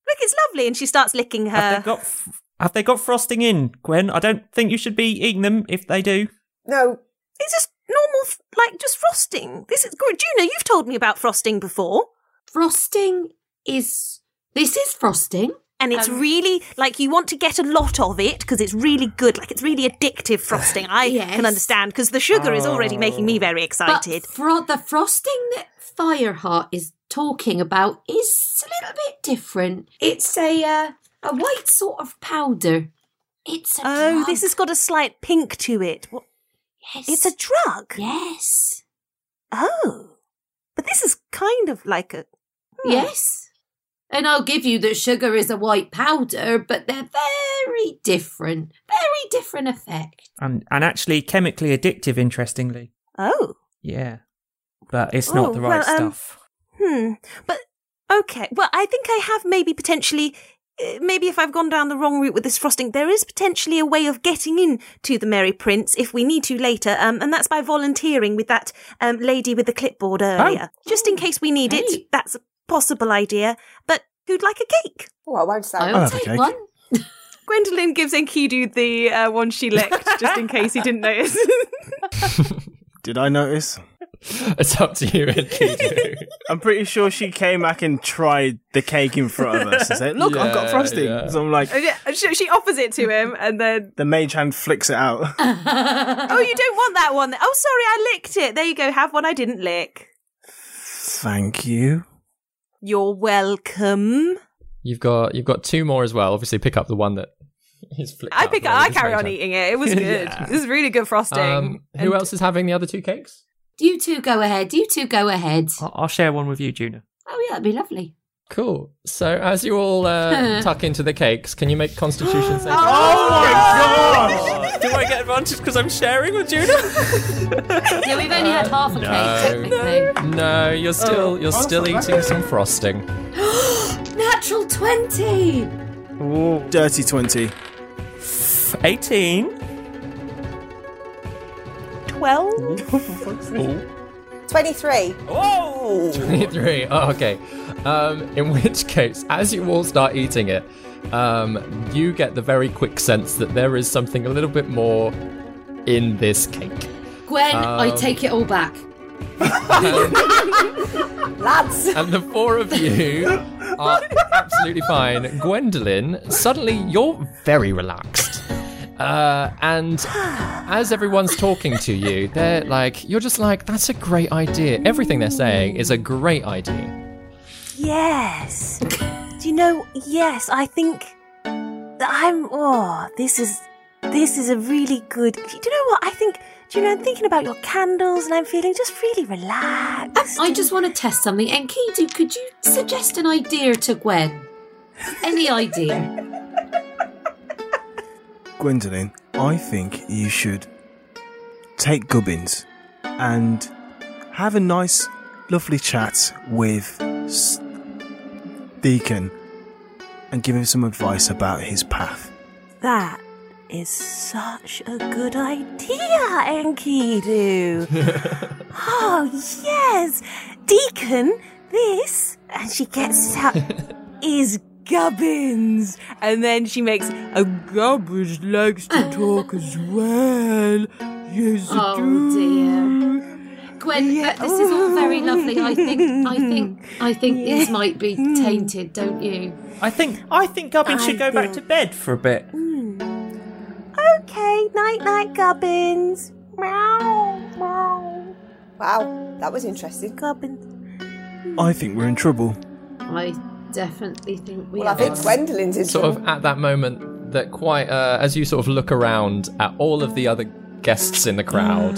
S9: Look, it's lovely, and she starts licking her.
S3: Have they got f- have they got frosting in, Gwen? I don't think you should be eating them if they do.
S8: No.
S9: It's just normal, f- like just frosting. This is good. Juno, you've told me about frosting before.
S6: Frosting is this is frosting.
S9: And it's
S6: Um,
S9: really like you want to get a lot of it because it's really good. Like it's really
S6: [sighs]
S9: addictive frosting. I
S6: Yes. Oh.
S9: can understand because the sugar is already making me very excited.
S6: But fro- the frosting that Fireheart is talking about is a little bit different. It's a uh, a white sort of powder. It's a
S9: oh,
S6: drug.
S9: this has got a slight pink to it. What?
S6: Yes.
S9: It's a drug.
S6: yes.
S9: Oh, but this is kind of like a hmm.
S6: Yes. And I'll give you that sugar is a white powder, but they're very different. Very different effect.
S3: And and actually chemically addictive, interestingly.
S9: Oh,
S3: Yeah. But it's not
S9: Oh,
S3: the right
S9: well, um,
S3: stuff.
S9: hmm. But okay. Well, I think I have maybe potentially. uh, Maybe if I've gone down the wrong route with this frosting, there is potentially a way of getting in to the Merry Prince if we need to later, um, and that's by volunteering with that um, lady with the clipboard
S3: Oh.
S9: earlier, just in case we need
S6: Hey.
S9: it. That's a possible idea. But who'd like a cake?
S8: Oh, I won't say.
S6: I
S7: I'll
S6: will
S7: have a
S6: take
S9: [laughs]
S7: cake.
S6: one.
S2: Gwendolyn gives Enkidu the uh, one she licked, just in case he
S3: [laughs]
S2: didn't notice.
S7: Did I notice?
S1: [laughs] It's up to you, Enkidu.
S7: [laughs] I'm pretty sure she came back and tried the cake in front of us and said, Look, I've
S1: Yeah,
S7: got frosting.
S1: yeah.
S7: So
S9: [laughs]
S7: I'm like,
S9: Uh,
S2: And yeah, she, she offers it to him, and then
S7: the mage hand flicks it out.
S9: oh, you don't want that one. Oh, sorry, I licked it. There you go. Have one I didn't lick.
S7: Thank you.
S9: You're welcome.
S1: You've got you've got two more as well. Obviously, pick up the one that is flicked.
S2: I
S1: out
S2: pick it.
S1: for
S2: I
S1: this
S2: carry
S1: mage
S2: on
S1: hand.
S2: eating it. It was good.
S1: [laughs] Yeah.
S2: This is really good frosting.
S1: uh, Um, who else is having the other two cakes?
S6: You two go ahead. You two go ahead.
S3: I- I'll share one with you, Juna.
S6: Oh, yeah, that'd be lovely.
S1: Cool. So as you
S2: [laughs]
S1: all uh, tuck into the cakes, can you make
S2: [gasps]
S1: Constitution
S2: Oh
S1: saves? Do I get advantage because I'm sharing
S2: Oh.
S1: with Judah?
S6: yeah, we've only had half a
S1: No.
S6: cake, technically.
S1: No, you're still
S2: Oh.
S1: you're still eating some frosting.
S6: Natural 20!
S7: Dirty 20.
S10: 18.
S9: 12?
S8: [laughs] 23.
S10: Whoa!
S1: 23. [laughs] Oh, okay. Um, in which case, as you all start eating it, um, you get the very quick sense that there is something a little bit more in this cake.
S6: Gwen, I
S1: Um,
S6: take it all
S3: [laughs]
S6: back.
S3: [laughs]
S8: Lads.
S3: Um,
S1: And the four of you are absolutely fine. Gwendolyn, suddenly you're very relaxed. Uh, and as everyone's talking to you, they're like, you're just like, that's a great idea. Everything they're saying is a great idea.
S9: Yes. Do you know? Yes, I think that I'm. Oh, this is this is a really good. Do you know what? I think. Do you know? I'm thinking about your candles, and I'm feeling just really relaxed.
S6: I just want to test something. And Kidu, could you suggest an idea to Gwen? Any idea?
S7: Gwendolyn, I think you should take Gubbins and have a nice, lovely chat with S- Deacon and give him some advice about his path.
S9: That is such a good
S6: [laughs]
S9: idea, Enkidu. oh, yes. Deacon, this, and she gets out,
S6: [laughs]
S9: is Gubbins. And then she makes a Gubbins likes to
S6: [laughs]
S9: talk as well. Yes, I
S6: Oh,
S9: do.
S6: Gwen, uh, this is all very lovely. I think,
S9: [laughs]
S6: I think, I think these might be
S9: Hmm.
S6: tainted, don't you?
S10: I think I think Gubbin
S9: I
S10: should go back to bed for a bit.
S9: Hmm. Okay, night night, Gubbins. Meow, meow.
S8: Wow, that was interesting.
S9: Gubbins.
S7: I think we're in trouble.
S6: I definitely think we
S8: Well, I
S6: are.
S8: think Gwendolyn's in
S1: Sort
S8: trouble.
S1: of at that moment, that quite, uh, as you sort of look around at all of the other guests in
S6: [gasps]
S1: the crowd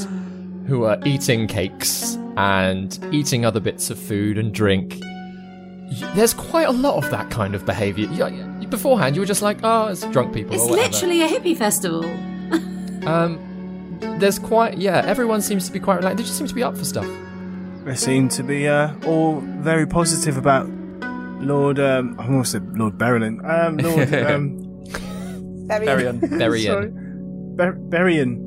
S1: who are eating cakes and eating other bits of food and drink, y- there's quite a lot of that kind of behaviour. Y- y- Beforehand, you were just like, oh, it's drunk people.
S6: It's
S1: or whatever.
S6: literally a hippie festival.
S1: Um, there's quite yeah. Everyone seems to be quite relaxed. They just seem to be up for stuff.
S7: They seem to be uh, all very positive about Lord. Um, I almost said Lord Berylin. Um, Lord um,
S8: Very,
S7: [laughs]
S9: [laughs]
S1: Very
S7: sorry.
S1: in.
S7: Ber- Berylin.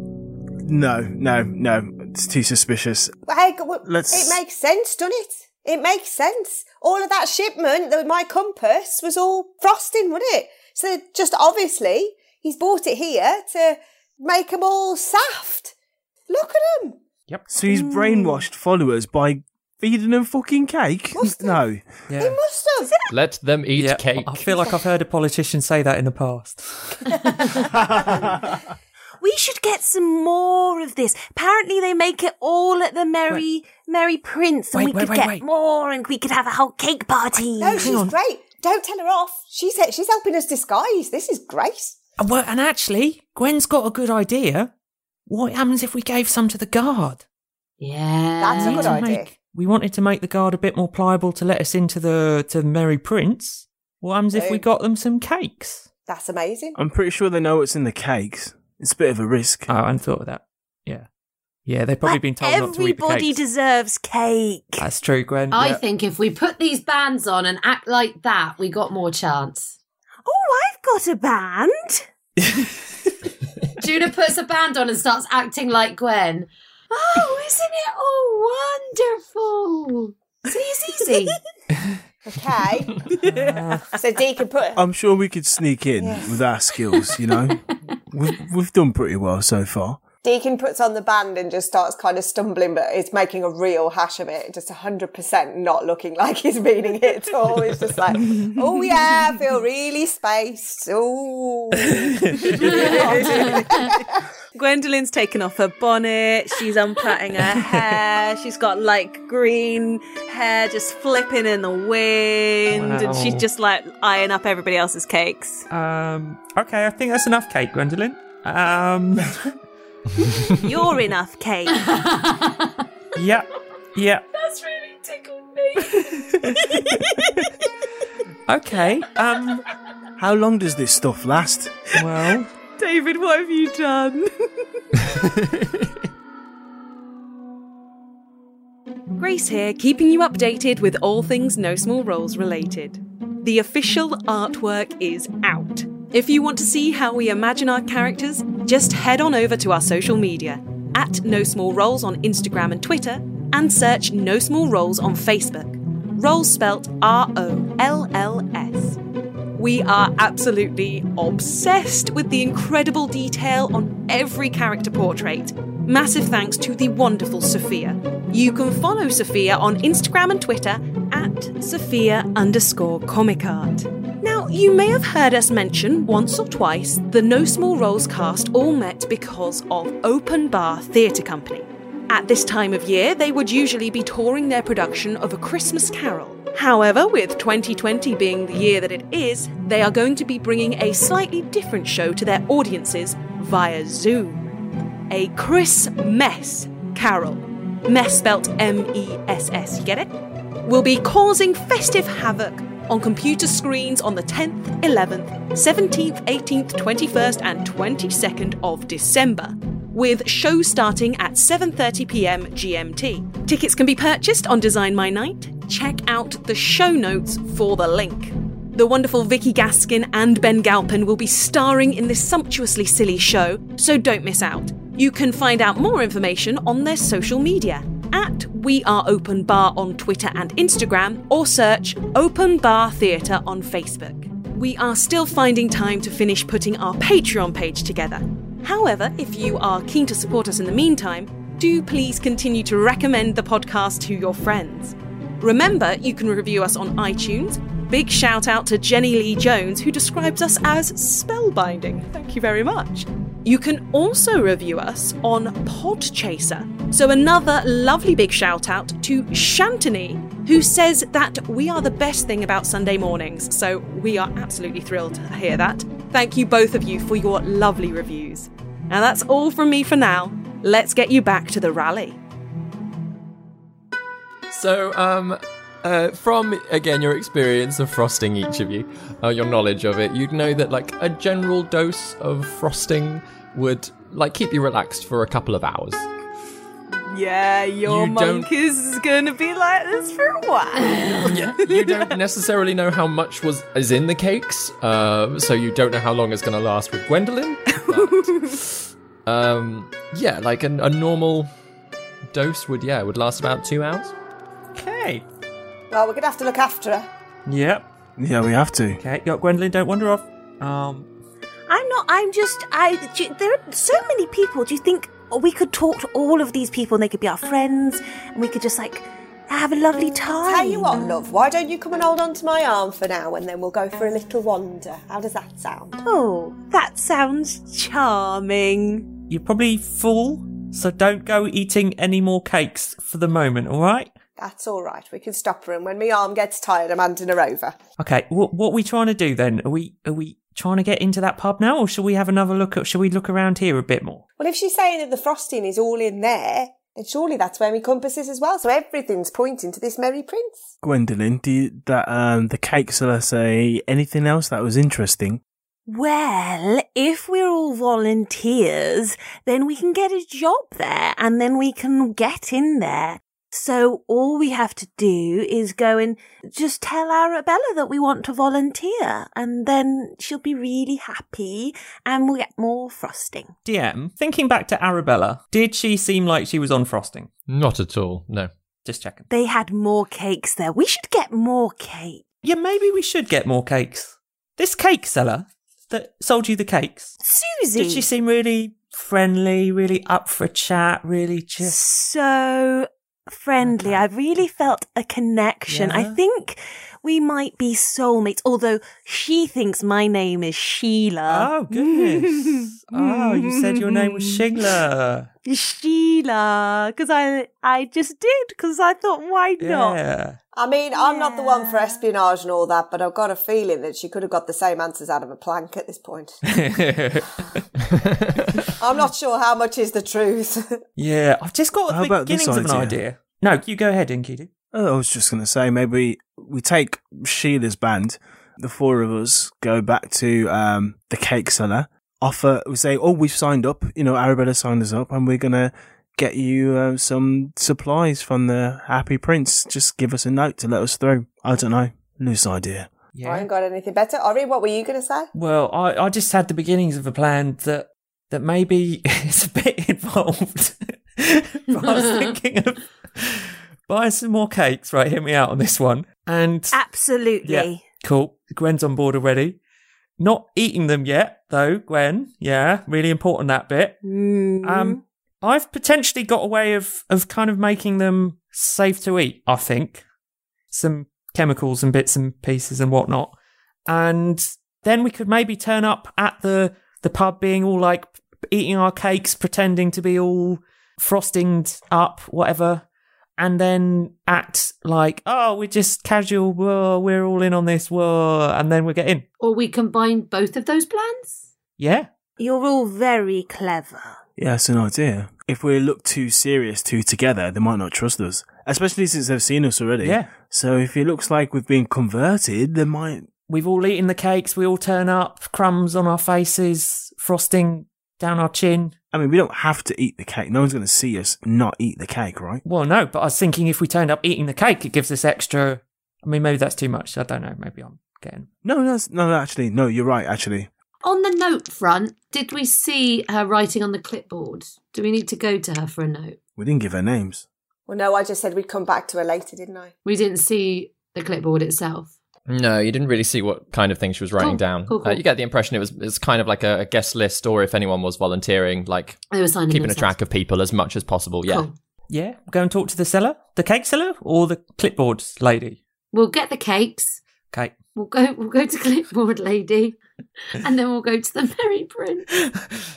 S7: No, no, no. It's too suspicious.
S8: But hey, go- well,
S7: Let's-
S8: it makes sense, doesn't it? It makes sense. All of that shipment that was my compass was all frosting, wasn't it? So just obviously, he's bought it here to make them all saft. Look at him.
S7: So he's brainwashed followers by feeding them fucking cake. No,
S8: He
S3: Yeah.
S8: must have.
S1: Let them eat
S3: yeah, I-
S1: cake.
S3: I feel like I've heard a politician say that in the past.
S9: We should get some more of this. Apparently, they make it all at the Merry Merry Prince, and
S3: Wait,
S9: we
S3: wait,
S9: could
S3: wait,
S9: get
S3: wait.
S9: more, and we could have a whole cake party.
S8: No, she's great. Don't tell her off. She's she's helping us disguise. This is great.
S3: And Uh, well, and actually, Gwen's got a good idea. What happens if we gave some to the guard?
S6: Yeah.
S8: That's a good
S3: To
S8: idea.
S3: make- we wanted to make the guard a bit more pliable to let us into the to the Merry Prince. What happens if we
S8: Boom.
S3: got them some cakes?
S8: That's amazing.
S7: I'm pretty sure they know what's in the cakes. It's a bit of a risk.
S3: Oh, I hadn't thought of that. Yeah, yeah, they've probably
S9: But
S3: been told not to eat the
S9: everybody
S3: cakes.
S9: deserves cake.
S3: That's true, Gwen.
S6: I
S3: yeah.
S6: think if we put these bands on and act like that, we got more chance.
S9: oh, I've got a
S6: [laughs]
S3: [laughs]
S9: band.
S6: Juna puts a band on and starts acting like Gwen.
S11: [laughs]
S6: Oh, isn't it all wonderful? See, it's easy.
S8: Okay. so Dee can put.
S7: I'm sure we could sneak in
S8: Yes.
S7: with our skills, you know?
S9: [laughs]
S7: we've, we've done pretty well so far.
S8: Deacon puts on the band and just starts kind of stumbling, but is making a real hash of it. Just 100% not looking [laughs] like he's meaning it at all. It's just like, oh yeah, I feel really spaced. Oh.
S9: Gwendolyn's taken off her bonnet. She's unplaiting
S3: [laughs]
S9: her hair. She's got like green hair just flipping in the wind, and she's
S3: Wow.
S9: just like eyeing up everybody else's cakes.
S3: Um, okay, I think that's enough cake, Gwendolyn. Um, [laughs]
S9: You're enough, Kate.
S3: yeah, yeah.
S5: That's really tickled me.
S1: [laughs]
S3: Okay. Um,
S7: how long does this stuff last?
S3: Well,
S9: David, what have you
S1: [laughs]
S9: done? Grace here, keeping you updated with all things No Small Roles related. The official artwork is out. If you want to see how we imagine our characters, just head on over to our social media at No Small Roles on Instagram and Twitter, and search No Small Roles on Facebook. Roles spelt R O L L S. We are absolutely obsessed with the incredible detail on every character portrait. Massive thanks to the wonderful Sophia. You can follow Sophia on Instagram and Twitter at Sophia underscore comic art. Now, you may have heard us mention once or twice the No Small Roles cast all met because of Open Bar Theatre Company. At this time of year, they would usually be touring their production of A Christmas Carol. However, with 2020 being the year that it is, they are going to be bringing a slightly different show to their audiences via Zoom. A Chris Mess Carol. Mess spelt M E S S, you get it? Will be causing festive havoc on computer screens on the 10th, 11th, 17th, 18th, 21st, and 22nd of December with show starting at 7:30 p.m. GMT. Tickets can be purchased on Design My Night. Check out the show notes for the link. The wonderful Vicky Gaskin and Ben Galpin will be starring in this sumptuously silly show, so don't miss out. You can find out more information on their social media at We Are Open Bar on Twitter and Instagram, or search Open Bar Theatre on Facebook. We are still finding time to finish putting our Patreon page together. However, if you are keen to support us in the meantime, do please continue to recommend the podcast to your friends. Remember, you can review us on iTunes. Big shout out to Jenny Lee Jones, who describes us as spellbinding. Thank you very much. You can also review us on Podchaser. So, another lovely big shout out to Shantini, who says that we are the best thing about Sunday mornings. So, we are absolutely thrilled to hear that. Thank you both of you for your lovely reviews. And that's all from me for now. Let's get you back to the rally.
S1: So, um, uh, from again your experience of frosting, each of you, uh, your knowledge of it, you'd know that like a general dose of frosting would like keep you relaxed for a couple of hours.
S9: Yeah, your
S1: You don't-
S9: monk is gonna be like this for a
S1: [laughs]
S9: while.
S1: you don't necessarily know how much was is in the cakes, uh, so you don't know how long it's going to last with Gwendolyn. but, um, yeah, like an, a normal dose would yeah would last about two hours.
S3: Okay.
S8: Well, we're going to have to look after her.
S3: Yep.
S7: Yeah, we have to.
S3: Okay, got Gwendolyn, don't wander off. Um,
S9: I'm not. I'm just. I.
S11: do you- there are so many people. Do you think we could talk to all of these people and they could be our friends and we could just like have a lovely time?
S8: Tell you what, Oh, love, why don't you come and hold on to my arm for now and then we'll go for a little wander? How does that sound?
S9: Oh, that sounds charming.
S3: you're probably full, so don't go eating any more cakes for the moment, alright?
S8: That's all right. We can stop her, and when my arm gets tired, I'm handing her over.
S3: Okay, what what are we trying to do then? Are we are we trying to get into that pub now, or should we have another look at? Should we look around here a bit more?
S8: Well, if she's saying that the frosting is all in there, then surely that's where my compass is as well. So everything's pointing to this merry prince.
S7: Gwendolyn, do you, that um, the cakes, let's say, anything else that was interesting?
S11: Well, if we're all volunteers, then we can get a job there and then we can get in there. So all we have to do is go and just tell Arabella that we want to volunteer and then she'll be really happy and we'll get more frosting.
S3: DM, thinking back to Arabella, did she seem like she was on frosting?
S1: Not at all. No.
S3: Just checking.
S11: They had more cakes there. We should get more cake.
S10: Yeah, maybe we should get more cakes. This cake seller that sold you the cakes.
S11: Susie.
S10: Did she seem really friendly, really up for a chat, really just
S11: so friendly. I really felt a connection. I
S10: Yeah.
S11: think we might be soulmates, although she thinks my name is Sheila.
S10: Oh,
S11: [laughs]
S10: goodness. Oh, you said your name was Shigler.
S11: Sheila, because I I just did because I thought why
S10: Yeah.
S8: I mean, I'm not the one for espionage and all that, but I've got a feeling that she could have got the same answers out of a plank at this point. I'm not sure how much is the truth. [laughs]
S10: yeah, I've just got
S7: How
S10: the
S7: about this
S10: beginnings of an
S7: idea?
S10: idea. No, you go ahead, Inky.
S7: Oh, I was just going to say maybe we take Sheila's band, the four of us go back to um, the cake seller, offer, we say, oh, we've signed up, you know, Arabella signed us up, and we're going to get you uh, some supplies from the Happy Prince. Just give us a note to let us through. I don't know. Loose idea.
S8: I ain't got anything better. Ori, what were you going to say?
S3: [laughs] Well, I, I just had the beginnings of a plan that that maybe [laughs] it's a bit involved. [laughs] but I
S5: [laughs]
S3: was thinking of buying some more cakes. Right, hear me out on this one. And
S11: Absolutely.
S3: yeah, cool. Gwen's on board already. Not eating them yet, though, Gwen. Yeah, really important that bit.
S9: Hmm.
S3: Um, I've potentially got a way of of kind of making them safe to eat. I think some chemicals and bits and pieces and whatnot, and then we could maybe turn up at the the pub being all like eating our cakes, pretending to be all frostinged up, whatever, and then act like oh we're just casual, whoa, we're all in on this, whoa, and then we get in.
S6: Or we combine both of those plans?
S3: Yeah,
S11: You're all very clever.
S7: Yeah, it's an idea. If we look too serious two together, they might not trust us, especially since they've seen us already.
S3: Yeah.
S7: So if it looks like we've been converted, they might.
S3: we've all eaten the cakes, we all turn up, crumbs on our faces, frosting down our chin.
S7: I mean, we don't have to eat the cake. No one's going to see us not eat the cake, right?
S3: Well, no, but I was thinking if we turned up eating the cake, it gives us extra. I mean, maybe that's too much. I don't know. Maybe I'm getting.
S7: No, no, no, no, actually, no, you're right, actually.
S6: On the note front, did we see her writing on the clipboard? Do we need to go to her for a note?
S7: We didn't give her names.
S8: Well, no, I just said we'd come back to her later, didn't I?
S6: We didn't see the clipboard itself.
S1: No, you didn't really see what kind of thing she was writing
S6: Cool,
S1: down.
S6: cool,
S1: Uh,
S6: cool.
S1: you get the impression it was it's kind of like a, a guest list, or if anyone was volunteering, like
S6: They were signing
S1: keeping a
S6: themselves.
S1: track of people as much as possible. Yeah,
S3: Yeah, go and talk to the seller, the cake seller, or the clipboard lady.
S6: We'll get the cakes.
S3: Cake.
S6: We'll go. We'll go to [laughs] clipboard lady, and then we'll go to the [laughs] Merry Prince.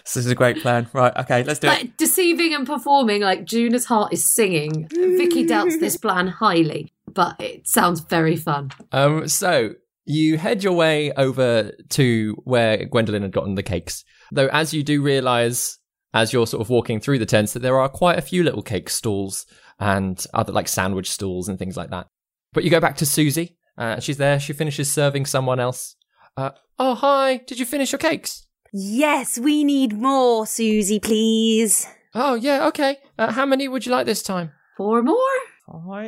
S3: This is a great plan. Right. Okay. Let's do it.
S6: Like deceiving and performing, like Juna's heart is singing. Vicky doubts
S3: [laughs]
S6: this plan highly, but it sounds very fun.
S1: Um, so you head your way over to where Gwendolyn had gotten the cakes. Though, as you do realize, as you're sort of walking through the tents, that there are quite a few little cake stalls and other like sandwich stalls and things like that. But you go back to Susie. Uh, she's there. She finishes serving someone else. Uh, oh, hi. Did you finish your cakes?
S11: Yes, we need more, Susie, please.
S1: Oh, yeah, okay. Uh, how many would you like this time?
S6: Four more?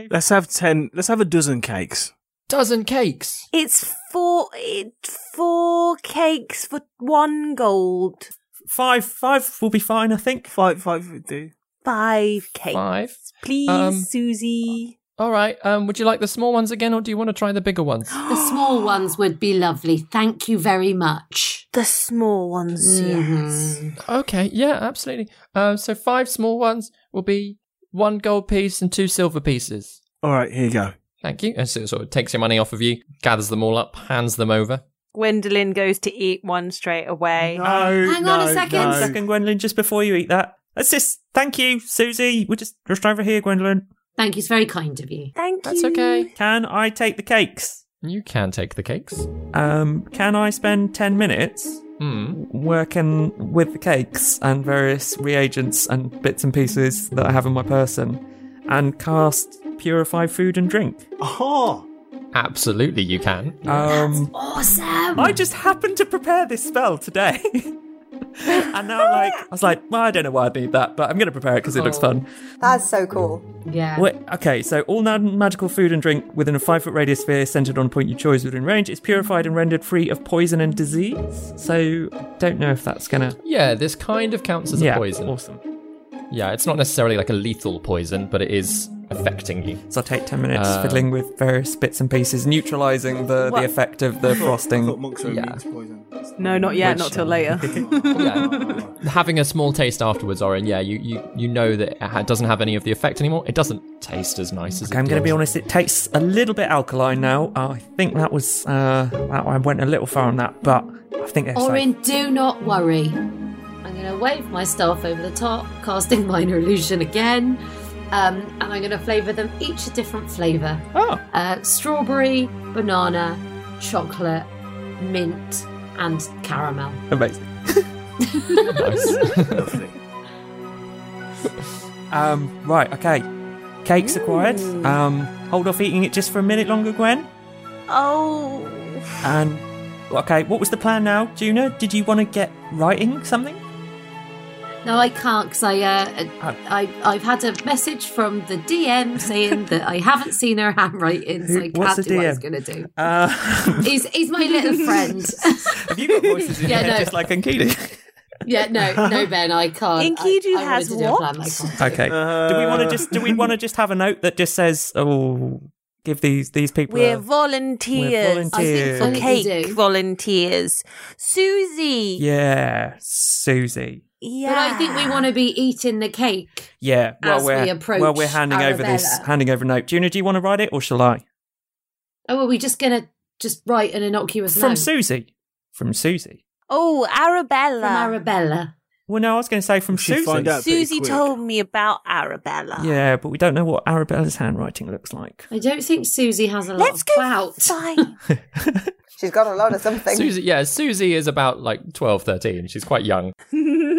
S7: Let's have ten. Let's have a dozen cakes.
S1: Dozen cakes.
S11: It's four it, four cakes for one gold.
S3: Five, five will be fine, I think.
S7: Five, five would do.
S11: Five cakes.
S1: Five.
S11: Please,
S1: Um,
S11: Susie.
S1: All right. Um, would you like the small ones again, or do you want to try the bigger ones?
S6: The
S3: [gasps]
S6: small ones would be lovely. Thank you very much. Mm.
S11: The small ones, [gasps] yes.
S1: Mm, Okay, yeah, absolutely. Um, so five small ones will be one gold piece and two silver pieces.
S7: All right, here you go.
S1: Thank you. And so it sort of takes your money off of you, gathers them all up, hands them over.
S9: Gwendolyn goes to eat one straight away.
S6: Hang on a second.
S3: One second, Gwendolyn, just before you eat that. Let's just thank you, Susie. We're just just over here, Gwendolyn.
S6: Thank you. It's very kind of you.
S11: Thank
S1: That's you. okay.
S3: Can I take the cakes?
S1: You can take the cakes.
S3: Um, can I spend ten minutes
S1: Hmm.
S3: working with the cakes and various reagents and bits and pieces that I have in my person, and cast purify food and drink?
S7: Oh,
S1: Absolutely, you can.
S7: Uh,
S3: Um,
S6: awesome.
S3: I just happened to prepare this spell today. and now, like, I was like, well, I don't know why I need that, but I'm going to prepare it because it
S1: Oh.
S3: looks fun.
S8: [laughs] That's so cool.
S6: Yeah.
S3: Wait, okay, so all non magical food and drink within a five foot radius sphere centered on a point you chose within range is purified and rendered free of poison and disease. So, don't know if that's going to.
S1: Yeah, this kind of counts as a
S3: Yeah,
S1: poison.
S3: Awesome.
S1: Yeah, it's not necessarily like a lethal poison, but it is a affecting you.
S3: So I take 10 minutes
S1: Uh,
S3: fiddling with various bits and pieces, neutralising the, the
S2: What?
S3: effect of the frosting.
S2: Yeah. No, not yet.
S1: Which-
S2: not till
S7: [laughs]
S2: later.
S1: Having a small taste afterwards, Oren, yeah, you, you, you know that it ha- doesn't have any of the effect anymore. It doesn't taste as nice as
S3: Okay, I'm
S1: it
S3: going to
S1: does.
S3: be honest, it tastes a little bit alkaline now. I think that was, uh, that, I went a little far on that, but I think it's like,
S6: Orin, do not worry. I'm going to wave my staff over the top, casting [laughs] Minor Illusion again, um, and I'm going to flavour them each a different flavour.
S3: Oh.
S6: Uh, strawberry, banana, chocolate, mint, and caramel.
S3: amazing. [laughs] Um, right, okay. Cake's acquired.
S9: Ooh.
S3: Um, hold off eating it just for a minute longer, Gwen.
S9: Oh.
S3: And, okay, what was the plan now, Juna? Did you want to get writing something?
S6: No, I can't because I, uh,
S3: Ah.
S6: I, I've had a message from the DM saying that I haven't seen her handwriting, so
S3: Who-
S6: I
S3: what's
S6: can't
S3: the
S6: do what I was
S3: DM?
S6: going to do.
S3: Uh, [laughs]
S6: he's, he's my little friend.
S3: have you got voices in
S6: Yeah,
S3: your head
S6: no.
S3: just like Enkidu?
S6: Yeah, no, no, Ben, I can't.
S9: Enkidu
S6: I, I wanted
S9: has
S6: to do a
S9: what?
S6: plan, I can't.
S3: [laughs] Okay. do we want to just do we want to just have a note that just says, "Oh, give these these people"?
S9: We're
S3: a-
S9: volunteers.
S3: I think
S9: for
S3: volunteers.
S9: cake volunteers. Susie.
S3: yeah, Susie.
S9: Yeah.
S6: But I think we want to be eating the cake.
S3: Yeah. Well,
S6: As we
S3: we're
S6: approach
S3: well, we're handing over this
S6: Arabella.
S3: handing over note. Juna, do you want to write it or shall I?
S6: Oh, are we just going to just write an innocuous
S3: From
S6: note?
S3: Susie. From Susie.
S9: Oh, Arabella.
S6: From Arabella.
S3: Well, no, I was going to say from
S7: should
S3: Susie.
S7: find out
S9: Susie told me about Arabella.
S3: Yeah, but we don't know what Arabella's handwriting looks like.
S6: I don't think Susie has a lot
S9: Let's
S6: of clout. [laughs]
S8: She's got a lot of something.
S1: Susie, yeah, Susie is about like 12, 13. She's quite young.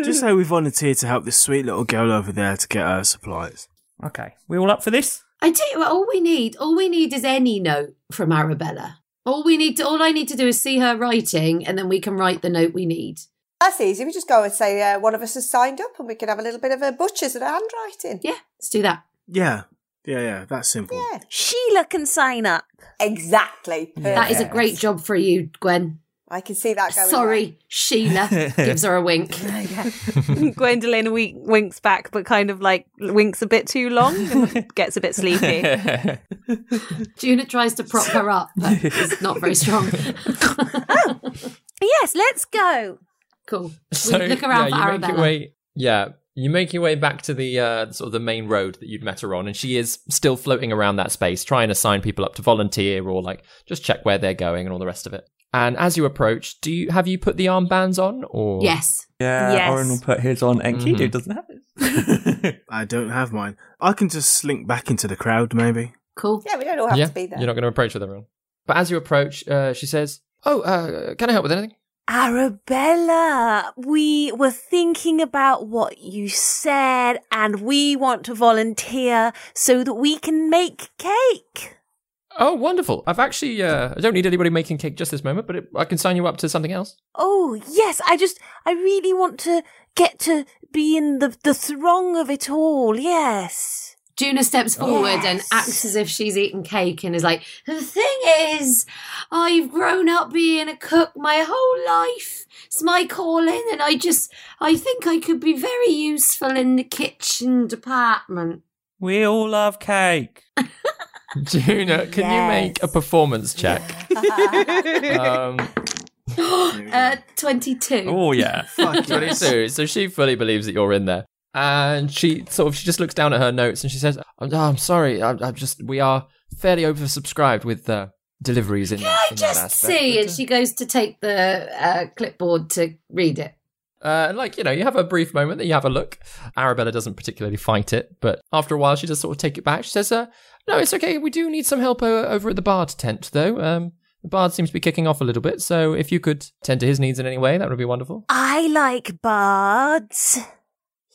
S7: Just say we volunteered to help this sweet little girl over there to get her supplies.
S3: Okay. We all up for this?
S6: I tell you what, all we need, all we need is any note from Arabella. All we need to, all I need to do is see her writing, and then we can write the note we need.
S8: That's easy. We just go and say uh, one of us has signed up and we can have a little bit of a butcher's and a handwriting.
S6: Yeah, let's do that.
S7: Yeah. Yeah, yeah. That's simple.
S9: Sheila can sign up.
S8: Exactly.
S6: That is a great job for you, Gwen.
S8: I can see that going.
S6: Sorry, Sheila
S9: [laughs]
S6: gives her a wink.
S9: Gwendolyn we- winks back, but kind of like winks a bit too long [laughs] and gets a bit
S1: [laughs]
S9: sleepy. [laughs]
S6: Juna tries to prop her up, but it's not very strong.
S9: yes, let's go.
S6: Cool.
S1: So,
S6: we look around
S1: yeah,
S6: for
S1: you make
S6: Arabella.
S1: your way. Yeah, you make your way back to the uh, sort of the main road that you'd met her on, and she is still floating around that space, trying to sign people up to volunteer or like just check where they're going and all the rest of it. And as you approach, do you have you put the armbands on? Or Mm-hmm.
S6: Yes.
S3: Yeah,
S9: Yes.
S3: Oren will put his on. Enkidu doesn't have it.
S7: I don't have mine. I can just slink back into the crowd, maybe.
S6: Cool.
S8: Yeah, we don't all have to be there.
S1: You're not going to approach with everyone. But as you approach, uh, she says, "Oh, uh, can I help with anything?"
S9: Arabella, we were thinking about what you said and we want to volunteer so that we can make cake.
S1: Oh, wonderful! I've actually uh, I don't need anybody making cake just this moment, but it, I can sign you up to something else.
S9: Oh, yes, I just, I really want to get to be in the, the throng of it all. Yes.
S6: Juna steps forward and acts as if she's eating cake and is like, The thing is, I've grown up being a cook my whole life. It's my calling, and I just, I think I could be very useful in the kitchen department.
S3: We all love cake.
S1: [laughs] Juna, can you make a performance
S6: [laughs]
S1: check? um,
S6: uh, 22. [laughs]
S1: Oh [laughs] yeah, twenty-two. So she fully believes that you're in there, and she sort of she just looks down at her notes and she says, "I'm, oh, I'm sorry, I'm, I'm just we are fairly oversubscribed with uh, deliveries in,
S6: I
S1: in that
S6: just
S1: aspect."
S6: see, and she goes to take the uh, clipboard to read it.
S1: Uh, and like you know, you have a brief moment that you have a look. Arabella doesn't particularly fight it, but after a while, she does sort of take it back. She says, uh, "No, it's okay. We do need some help o- over at the bard tent, though. Um, the bard seems to be kicking off a little bit, so if you could tend to his needs in any way, that would be wonderful."
S9: I like bards.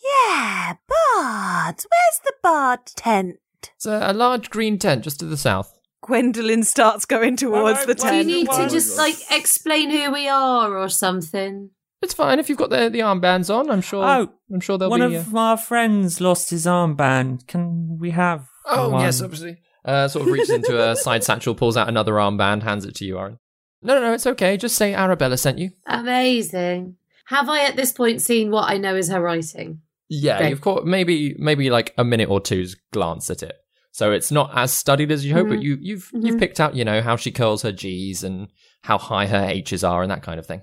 S9: Yeah, bards. Where's the bard tent?
S1: It's a, a large green tent just to the south.
S9: Gwendolyn starts going
S2: towards the
S6: Do you
S2: tent.
S6: need to just like explain who we are or something?
S1: It's fine if you've got the the armbands on. I'm sure.
S3: Oh,
S1: I'm sure they'll
S3: One
S1: be.
S3: of our friends lost his armband. Can we have?
S1: Oh
S3: one?
S1: yes, obviously. Uh, sort of reaches into a side satchel, pulls out another armband, hands it to you, Aaron. No, no, no, it's okay. Just say Arabella sent you.
S6: Amazing. Have I at this point seen what I know is her writing?
S1: Yeah,
S6: Okay.
S1: you've caught maybe maybe like a minute or two's glance at it. So it's not as studied as you hope,
S5: Mm-hmm.
S1: but
S12: Mhm.
S1: you, you've
S6: Mhm.
S1: you've picked out, you know, how she curls her G's and how high her H's are and that kind of thing.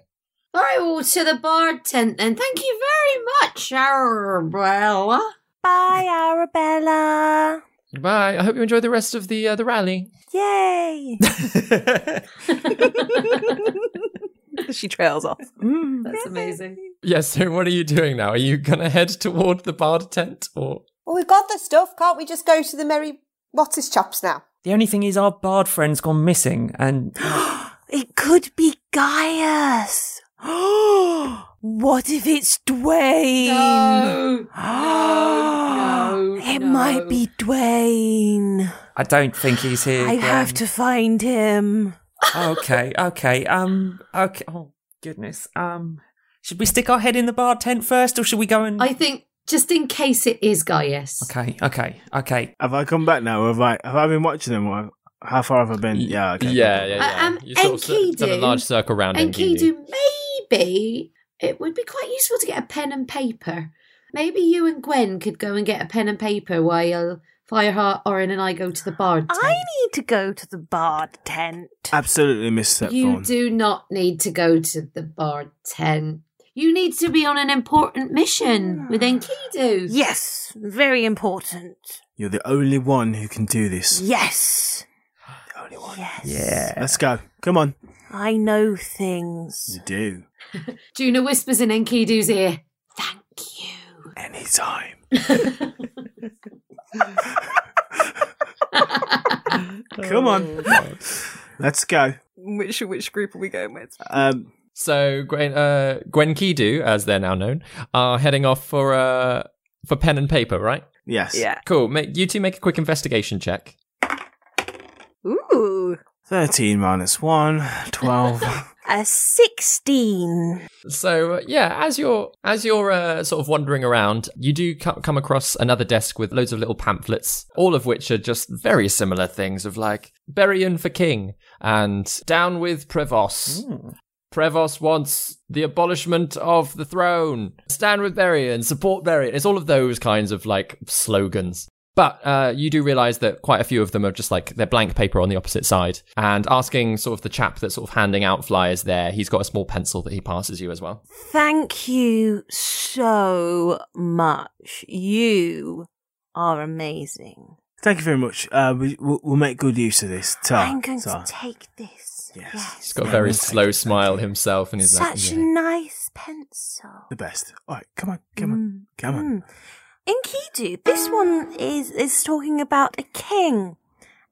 S6: I will to the bar tent then. Thank you very much, Arabella.
S9: Bye, Arabella.
S1: Bye. I hope you enjoy the rest of the uh, the rally.
S9: [laughs] Yay.
S5: [laughs] she trails off.
S9: Hmm.
S6: That's amazing.
S1: Yes. so what are you doing now? Are you gonna head toward the barred tent or?
S13: Well, we've got the stuff. Can't we just go to the Merry What's His Chops now?
S3: The only thing is, our bard friend's gone missing, and
S9: It could be Gaius. what if it's Dwayne?
S6: No. [gasps]
S9: no, [gasps] it might be Dwayne.
S3: I don't think he's here.
S9: [gasps] I have to find him.
S3: [laughs] okay, okay. Um, okay. Oh goodness. Um, should we stick our head in the bar tent first, or should we go and?
S6: I think just in case it is Gaius.
S3: Okay, okay, okay.
S7: Have I come back now? Have I? Have I been watching him? Or how far have I been? Yeah, okay.
S1: Yeah, yeah, yeah.
S6: Uh, um,
S1: You sort of
S6: Enkidu-
S1: done a large circle round
S6: And
S1: Enkidu.
S6: Kidu, maybe it would be quite useful to get a pen and paper. Maybe you and Gwen could go and get a pen and paper while Fireheart, Orin, and I go to the bar. I
S9: need to go to the bar tent.
S7: Absolutely missed that
S6: You
S7: phone.
S6: do not need to go to the bar tent. You need to be on an important mission with Enkidu.
S9: Yes, very important.
S7: You're the only one who can do this.
S9: Yes. Yes.
S7: Yeah. Let's go. Come on.
S9: I know things.
S7: You do.
S6: [laughs] Juno whispers in Enkidu's
S8: [laughs]
S6: ear.
S7: Anytime. Come on. Let's go.
S5: [laughs] Which which group are we going with?
S7: Um,
S1: so Gwen, uh, Gwen Kidu, as they're now known, are heading off for uh for pen and paper, right?
S7: Yes.
S5: Yeah.
S1: Cool. Make you two make a quick investigation check.
S5: Ooh.
S7: 13 minus 1, 12.
S9: A 16.
S1: So uh, yeah, as you're as you're uh, sort of wandering around, you do co- come across another desk with loads of little pamphlets, all of which are just very similar things of like Berrien for King and Down with Prevost. Prevost wants the abolishment of the throne. Stand with Berrien, support Berrien. It's all of those kinds of like slogans. But uh, you do realize that quite a few of them are just like they're blank paper on the opposite side. And asking sort of the chap that's sort of handing out flyers there, he's got a small pencil that he passes you as well.
S9: Thank you so much. You are amazing.
S7: Thank you very much. Uh, we, we'll, we'll make good use of this. Ta,
S9: I'm going
S7: ta.
S9: to take this. Yes.
S1: He's got a
S7: Oh
S1: very slow smile himself and he's
S9: Such
S1: like,
S9: a nice pencil.
S7: The best. All right, come on, come on, come on.
S9: Mm. Enkidu, this one is is talking about a king.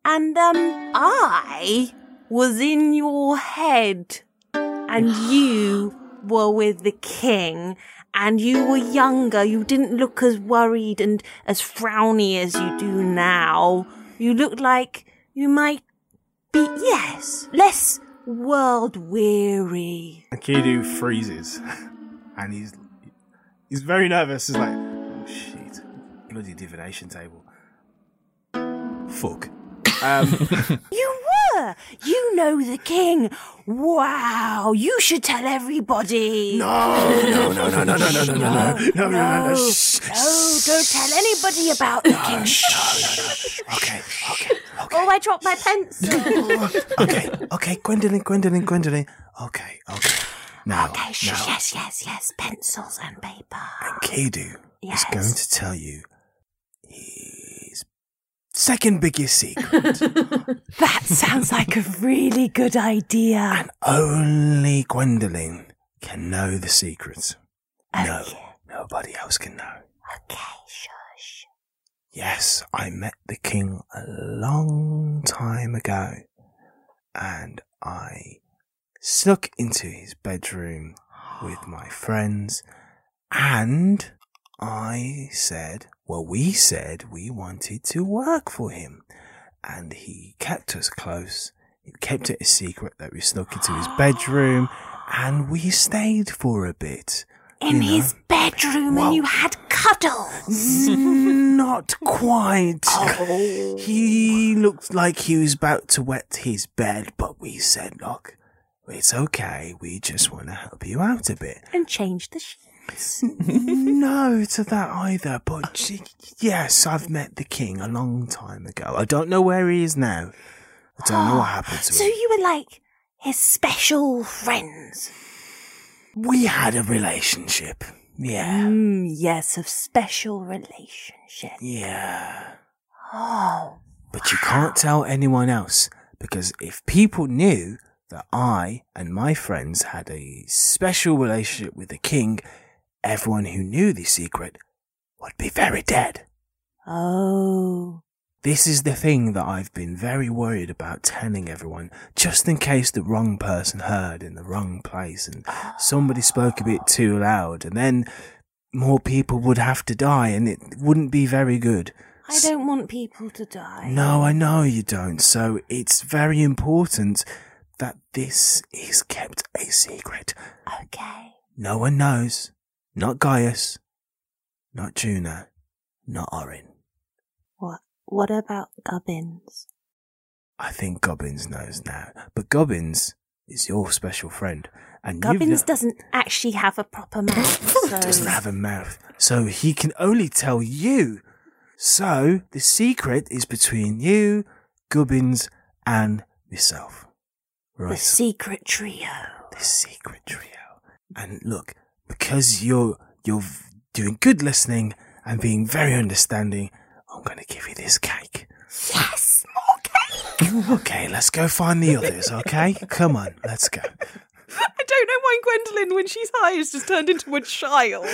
S9: And um I was in your head
S7: [sighs]
S9: and you were with the king and you were younger, you didn't look as worried and as frowny as you do now. You looked like you might be yes, less world weary.
S7: Akidu freezes, and he's he's very nervous. He's like, "Oh shit, bloody divination table, fuck." Um,
S9: You were! You know the king! Wow! You should tell everybody!
S7: No, no, no, no, no, no, no, no, no, no, no, no, no, no. Shh,
S9: No, don't tell anybody about the king!
S7: Okay,
S9: Oh, I dropped my pencil!
S7: [laughs] okay, okay, Gwendolyn, Gwendolyn, Gwendolyn. Okay, okay. Now,
S9: okay, sh-
S7: now,
S9: yes, yes, yes, pencils and paper.
S7: Akidu
S9: Yes.
S7: is going to tell you his second biggest secret.
S9: That sounds like a really good idea.
S7: Only Gwendolyn can know the secret. no, nobody else can know.
S9: Okay,
S7: Yes, I met the king a long time ago, and I snuck into his bedroom with my friends, and I said, well, we said we wanted to work for him, and he kept us close. He kept it a secret that we snuck into his bedroom, and we stayed for a bit.
S9: In
S7: you know?
S9: his bedroom,
S7: Well-
S9: and you had cuddles!
S7: Not quite. He looked like he was about to wet his bed, but we said, look, it's okay. We just want to help you out a bit.
S9: and changed the sheet.
S7: [laughs] no to that either,
S1: [laughs]
S7: but she, yes, I've met the king a long time ago. I don't know where he is now. I don't know what happened to
S11: So
S7: him.
S11: you were like his special friends.
S7: We had a relationship. Yeah.
S11: Mm, yes, of special relationship.
S7: Yeah.
S11: Oh,
S7: But you can't tell anyone else because if people knew that I and my friends had a special relationship with the king, everyone who knew the secret would be very dead.
S11: oh.
S7: This is the thing that I've been very worried about telling everyone, just in case the wrong person heard in the wrong place and somebody spoke a bit too loud, and then more people would have to die, and it wouldn't be very good.
S11: I don't want people to die.
S7: No, I know you don't. So it's very important that this is kept a secret.
S11: Okay.
S7: No one knows. Not Gaius. Not Juno. Not Orin.
S11: What? What about Gubbins?
S7: I think Gobbins knows now. But Gobbins is your special friend. And you've
S11: Gubbins
S7: kno-
S11: doesn't actually have a proper
S7: [laughs]
S11: mouth. so
S7: doesn't have a mouth. So he can only tell you. So the secret is between you, Gubbins, and myself.
S11: the
S7: Right.
S11: secret trio.
S7: the secret trio. And look, because you're you're doing good listening and being very understanding, I'm going to give you this
S1: [laughs]
S7: cake.
S11: Yes.
S7: okay, let's go find the others. Okay, come on, let's go.
S2: [laughs] I don't know why Gwendolyn, when she's high, has just turned into a
S11: [laughs]
S2: child. [laughs]
S7: [laughs] I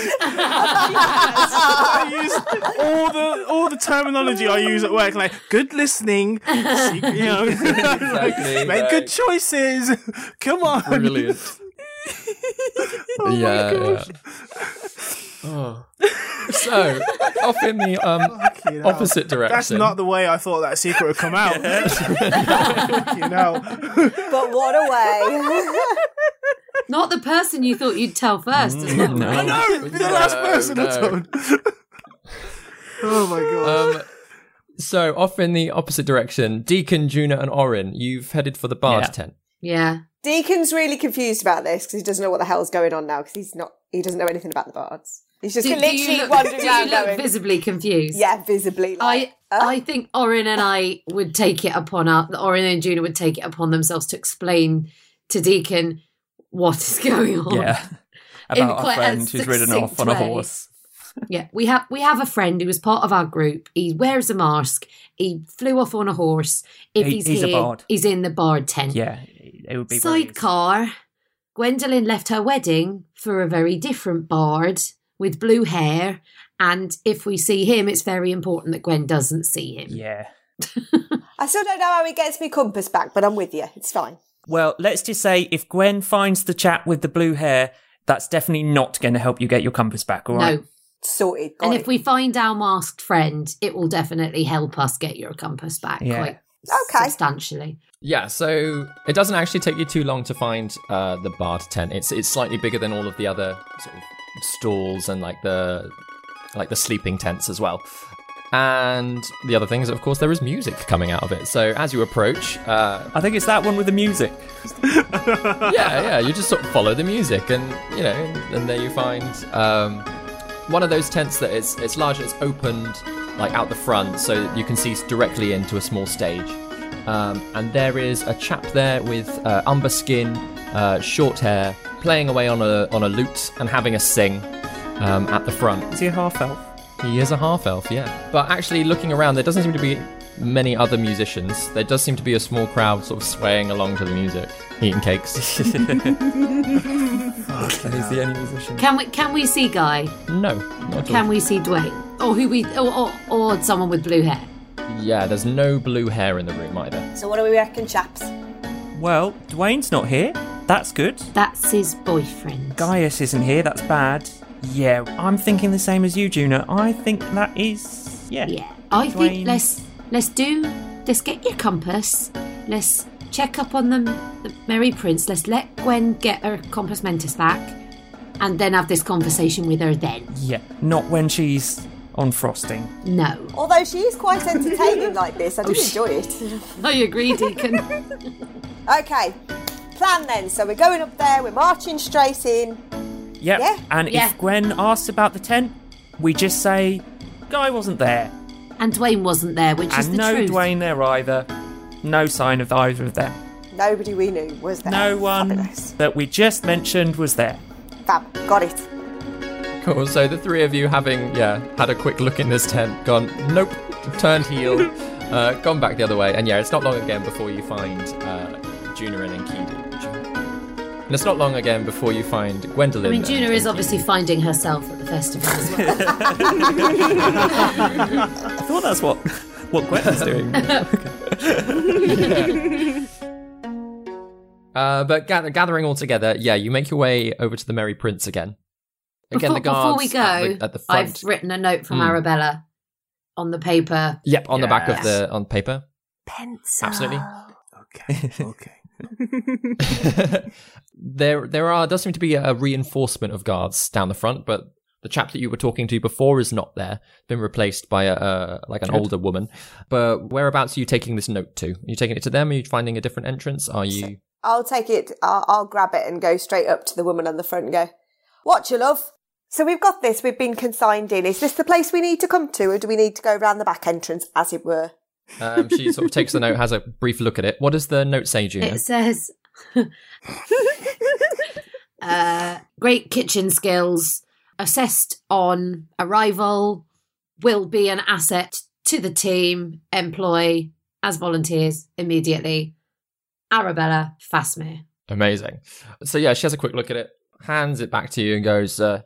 S7: use all the all the terminology I use at work, like good listening, secret, you know,
S1: [laughs] Exactly,
S7: [laughs] make good
S1: like-
S7: choices. Come on,
S1: Brilliant.
S7: my
S1: yeah,
S7: gosh.
S1: yeah. Oh. So, off in the um, opposite direction.
S7: That's not the way I thought that secret would come out. you know,
S8: But what a way.
S6: [laughs] Not the person you thought you'd tell first.
S9: [laughs]
S6: It's not
S1: No.
S6: right.
S1: No,
S7: the last person I told. [laughs] oh my god.
S1: Um, so, off in the opposite direction, Deacon, Juna, and Orin, you've headed for the bard tent.
S6: Yeah.
S8: Deacon's really confused about this because he doesn't know what the hell's going on now because he's not, he doesn't know anything about the bards. He's just
S6: Do- do
S8: literally
S6: you look-
S8: wandering
S6: do you
S8: around
S6: look
S8: going-
S6: visibly confused?
S8: Yeah, visibly. oh.
S6: I I think Orin and I would take it upon our Orin and Juna would take it upon themselves to explain to Deacon what is [laughs] going on.
S2: [laughs]
S10: Yeah.
S6: In
S10: About
S6: quite
S10: a
S6: a
S10: friend who's ridden off on a
S6: succinct way.
S10: horse.
S6: Yeah, we have we have a friend who was part of our group. He wears a mask. He flew off on a horse. If
S10: He-
S6: he's,
S10: he's a
S6: here,
S10: bard.
S6: he's in the bard tent.
S10: Yeah. It would be very
S6: Sidecar. Gwendolyn left her wedding for a very different bard with blue hair. And if we see him, it's very important that Gwen doesn't see him.
S10: Yeah.
S8: I still don't know how he gets me compass back, but I'm with you. It's fine.
S10: Well, let's just say if Gwen finds the chap with the blue hair, that's definitely not going to help you get your compass back, all right?
S6: No.
S8: Sorted.
S6: and if we find our masked friend, it will definitely help us get your compass back
S1: Yeah.
S6: quite substantially.
S1: Yeah, so it doesn't actually take you too long to find uh, the bard tent. It's it's slightly bigger than all of the other sort of stalls and like the like the sleeping tents as well. And the other thing is, of course, there is music coming out of it. So as you approach, uh,
S10: I think it's that one with the music.
S1: [laughs] yeah, yeah, you just sort of follow the music, and you know, and there you find um, one of those tents that is it's large. It's opened like out the front, so that you can see directly into a small stage. Um, and there is a chap there with uh, umber skin, uh, short hair, playing away on a on a lute and having a sing um, at the front.
S10: Is he a half elf?
S1: He is a half elf, yeah. But actually, looking around, there doesn't seem to be many other musicians. There does seem to be a small crowd sort of swaying along to the music, eating cakes. He's the only musician.
S6: Can we can we see Guy?
S1: No. Not at
S6: Can
S1: all.
S6: we see Dwayne? Or who we or, or, or someone with blue hair?
S1: Yeah, there's no blue hair in the room either.
S8: So what do we reckon, chaps?
S10: Well, Dwayne's not here. That's good.
S6: That's his boyfriend.
S10: Gaius isn't here. That's bad. Yeah, I'm thinking the same as you, Juno. I think that is. Yeah.
S6: Yeah. I
S10: Dwayne.
S6: think let's let's do let's get your compass. Let's check up on them the Merry Prince. Let's let Gwen get her compass mentis back and then have this conversation with her then.
S10: Yeah, not when she's on frosting.
S6: No.
S8: Although she is quite entertaining like this,
S6: Oh,
S8: I do enjoy it.
S6: [laughs] I agree,
S8: [laughs]
S6: Deacon.
S8: okay, plan then. So we're going up there, we're marching straight in.
S10: Yep.
S8: Yeah.
S10: And
S8: Yeah.
S10: if Gwen asks about the tent, we just say, Guy wasn't there.
S6: And Dwayne wasn't there, which
S10: and
S6: is the
S10: no
S6: truth.
S10: Dwayne there either. No sign of either of them.
S8: Nobody we knew was there.
S10: No one that we just mentioned was there.
S8: Fab. Got it.
S1: Cool. So the three of you having yeah had a quick look in this tent, gone nope,
S6: [laughs]
S1: turned heel, uh, gone back the other way, and yeah, it's not long again before you find uh, Juna and Enkidu. And it's not long again before you find
S6: I
S1: Gwendolyn.
S6: mean, Juna is obviously finding herself at the festival as [laughs]
S10: I thought that's what [laughs] what Gwen
S1: [laughs]
S10: was doing.
S6: well.
S1: Uh, but gather, gathering all together, yeah, you make your way over to the Merry Prince again. Again,
S6: before,
S1: the guards
S6: before we go,
S1: at the, at the front.
S6: I've written a note from
S1: Mm.
S6: Arabella on the paper.
S1: Yep, on the back of
S6: Yes.
S1: the on paper.
S6: Pencil.
S1: Absolutely. [laughs] There, there are does seem to be a reinforcement of guards down the front, but the chap that you were talking to before is not there. Been replaced by a, a like an
S10: Good.
S1: older woman. But whereabouts are you taking this note to? Are you taking it to them? Are you finding a different entrance? Are you?
S8: I'll take it. I'll, I'll grab it and go straight up to the woman on the front and go, "What you love." So we've got this. We've been consigned in. Is this the place we need to come to, or do we need to go round the back entrance, as it were?
S1: [laughs] [laughs] Um, she sort
S2: [laughs]
S1: of takes the note, has a brief look at it. What does the note say, Juno?
S6: It says, [laughs] uh, great kitchen skills, assessed on arrival, will be an asset to the team, employ as volunteers immediately. Arabella Fasmere.
S1: Amazing. So yeah, she has a quick look at it, hands it back to you, and goes uh,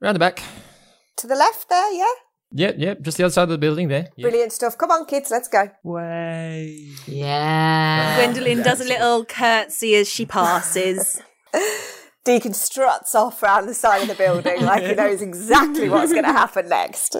S1: round the back.
S8: To the left there, yeah.
S1: Yep, yep, just the other side of the building there. Yeah.
S8: Brilliant stuff. Come on, kids, let's go.
S10: Way.
S6: Yeah.
S9: Gwendolyn does a little curtsy as she passes.
S8: Deacon struts off round the side of the building like he knows exactly what's going to happen next.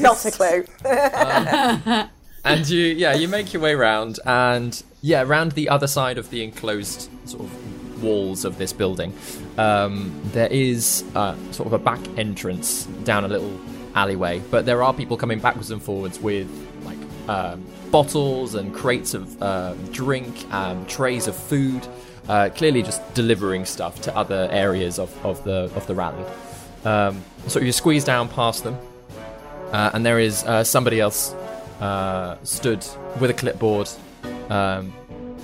S8: Not a clue. [laughs]
S5: [laughs]
S1: and you yeah you make your way round and yeah round the other side of the enclosed sort of walls of this building um, there is uh, sort of a back entrance down a little alleyway but there are people coming backwards and forwards with like um, bottles and crates of um, drink um, trays of food uh, clearly just delivering stuff to other areas of, of the of the rally um, so you squeeze down past them uh, and there is uh, somebody else uh, stood with a clipboard um,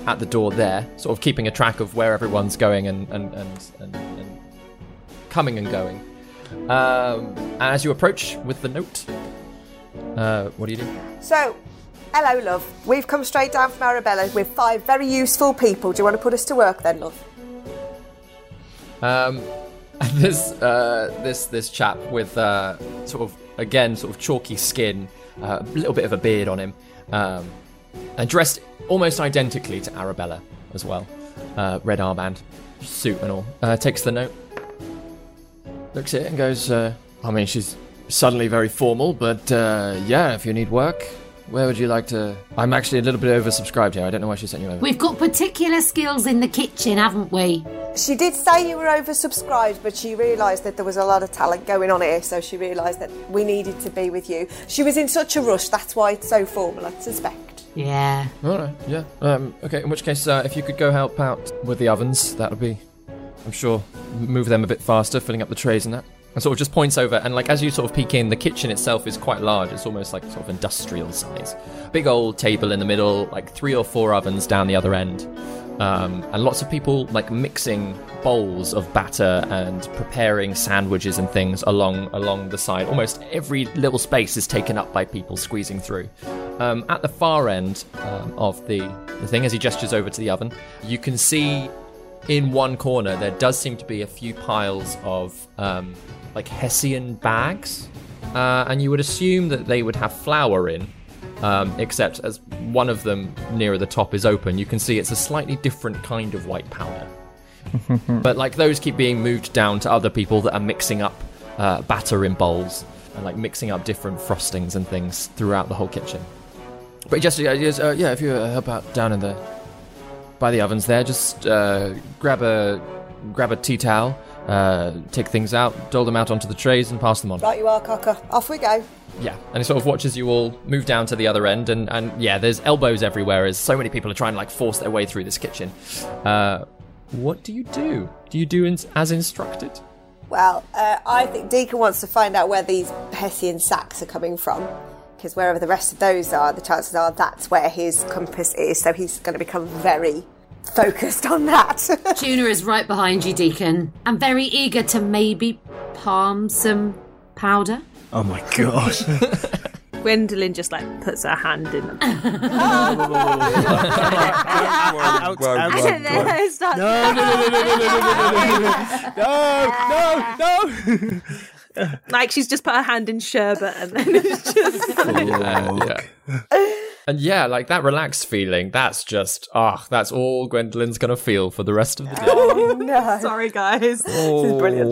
S1: at the door there, sort of keeping a track of where everyone's going and, and, and, and, and coming and going. Um, and as you approach with the note, uh, what do you do?
S8: So, hello, love. We've come straight down from Arabella with five very useful people. Do you want to put us to work then, love?
S1: Um, [laughs] this uh, this this chap with uh, sort of again sort of chalky skin, uh, a little bit of a beard on him, um, and dressed almost identically to Arabella as well, uh, red armband, suit and all. Uh, takes the note, looks at it and goes, uh, "I mean, she's suddenly very formal, but uh, yeah, if you need work." Where would you like to? I'm actually a little bit oversubscribed here. I don't know why she sent you over.
S6: We've got particular skills in the kitchen, haven't we?
S8: She did say you were oversubscribed, but she realised that there was a lot of talent going on here, so she realised that we needed to be with you. She was in such a rush, that's why it's so formal, I suspect.
S6: Yeah.
S1: All right. Yeah. Um, okay. In which case, uh, if you could go help out with the ovens, that would be, I'm sure, move them a bit faster, filling up the trays and that. And sort of just points over, and like as you sort of peek in, the kitchen itself is quite large. It's almost like sort of industrial size. Big old table in the middle, like three or four ovens down the other end, um, and lots of people like mixing bowls of batter and preparing sandwiches and things along along the side. Almost every little space is taken up by people squeezing through. Um, at the far end um, of the, the thing, as he gestures over to the oven, you can see in one corner there does seem to be a few piles of um, like Hessian bags, uh, and you would assume that they would have flour in. Um, except as one of them nearer the top is open, you can see it's a slightly different kind of white powder.
S5: Mm-hmm.
S1: But like those keep being moved down to other people that are mixing up uh, batter in bowls and like mixing up different frostings and things throughout the whole kitchen. But just uh, yes, uh, yeah, if you uh, help out down in the by the ovens there, just uh, grab a grab a tea towel, uh, take things out, dole them out onto the trays, and pass them on.
S8: Right, you are, Cocker. Off we go.
S1: Yeah, and he sort of watches you all move down to the other end, and, and yeah, there's elbows everywhere as so many people are trying to like force their way through this kitchen. Uh, What do you do? Do you do ins- as instructed?
S8: Well, uh, I think Deacon wants to find out where these Hessian sacks are coming from, because wherever the rest of those are, the chances are that's where his compass is. So he's going to become very focused on that. [laughs]
S6: Juna is right behind you, Deacon. I'm very eager to maybe palm some powder.
S7: [laughs] Oh my gosh.
S9: Gwendolyn just like puts her hand in.
S5: Out, out,
S9: I don't
S5: out.
S9: know. Start-
S5: No, no,
S7: no, no, no,
S5: no, no, no, no, no,
S7: no,
S9: no. [laughs] like she's just put her hand in sherbet and then it's just.
S1: Uh, yeah. [laughs] And yeah, like that relaxed feeling, that's just, ah, that's all Gwendolyn's going to feel for the rest of the day.
S2: [laughs] Oh
S9: [laughs]
S2: no! Sorry, guys. [laughs] This is
S5: [laughs]
S2: brilliant.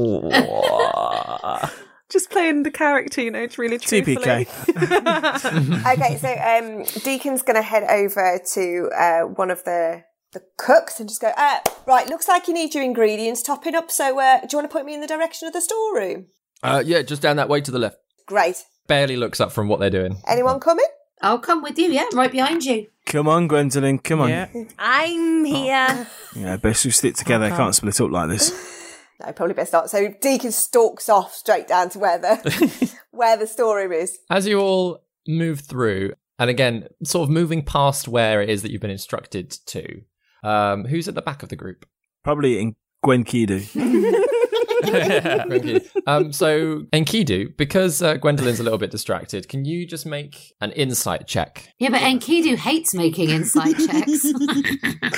S9: Just playing the character, you know, it's really truthfully.
S7: TPK.
S8: [laughs] okay, so um, Deacon's going to head over to uh, one of the the cooks and just go, uh, right, looks like you need your ingredients topping up. So uh, do you want to point me in the direction of the storeroom?
S1: Uh, yeah, just down that way to the left.
S8: Great.
S1: Barely looks up from what they're doing.
S8: Anyone coming?
S6: I'll come with you, yeah, right behind you.
S7: Come on, Gwendolyn, come on.
S6: Yeah.
S3: Oh.
S9: I'm here.
S7: Yeah, best we stick together.
S8: Okay.
S7: Can't split up like this.
S8: [laughs] No, probably best not. So Deacon stalks off straight down to where the where the storeroom is.
S1: As you all move through, and again, sort of moving past where it is that you've been instructed to, um, who's at the back of the group?
S7: Probably in Gwen
S1: [laughs]
S7: Kidu.
S5: [laughs]
S2: [laughs]
S1: Thank you. um, so, Enkidu, because uh, Gwendolyn's a little bit distracted, can you just make an insight check?
S6: Yeah, but Enkidu hates making insight checks.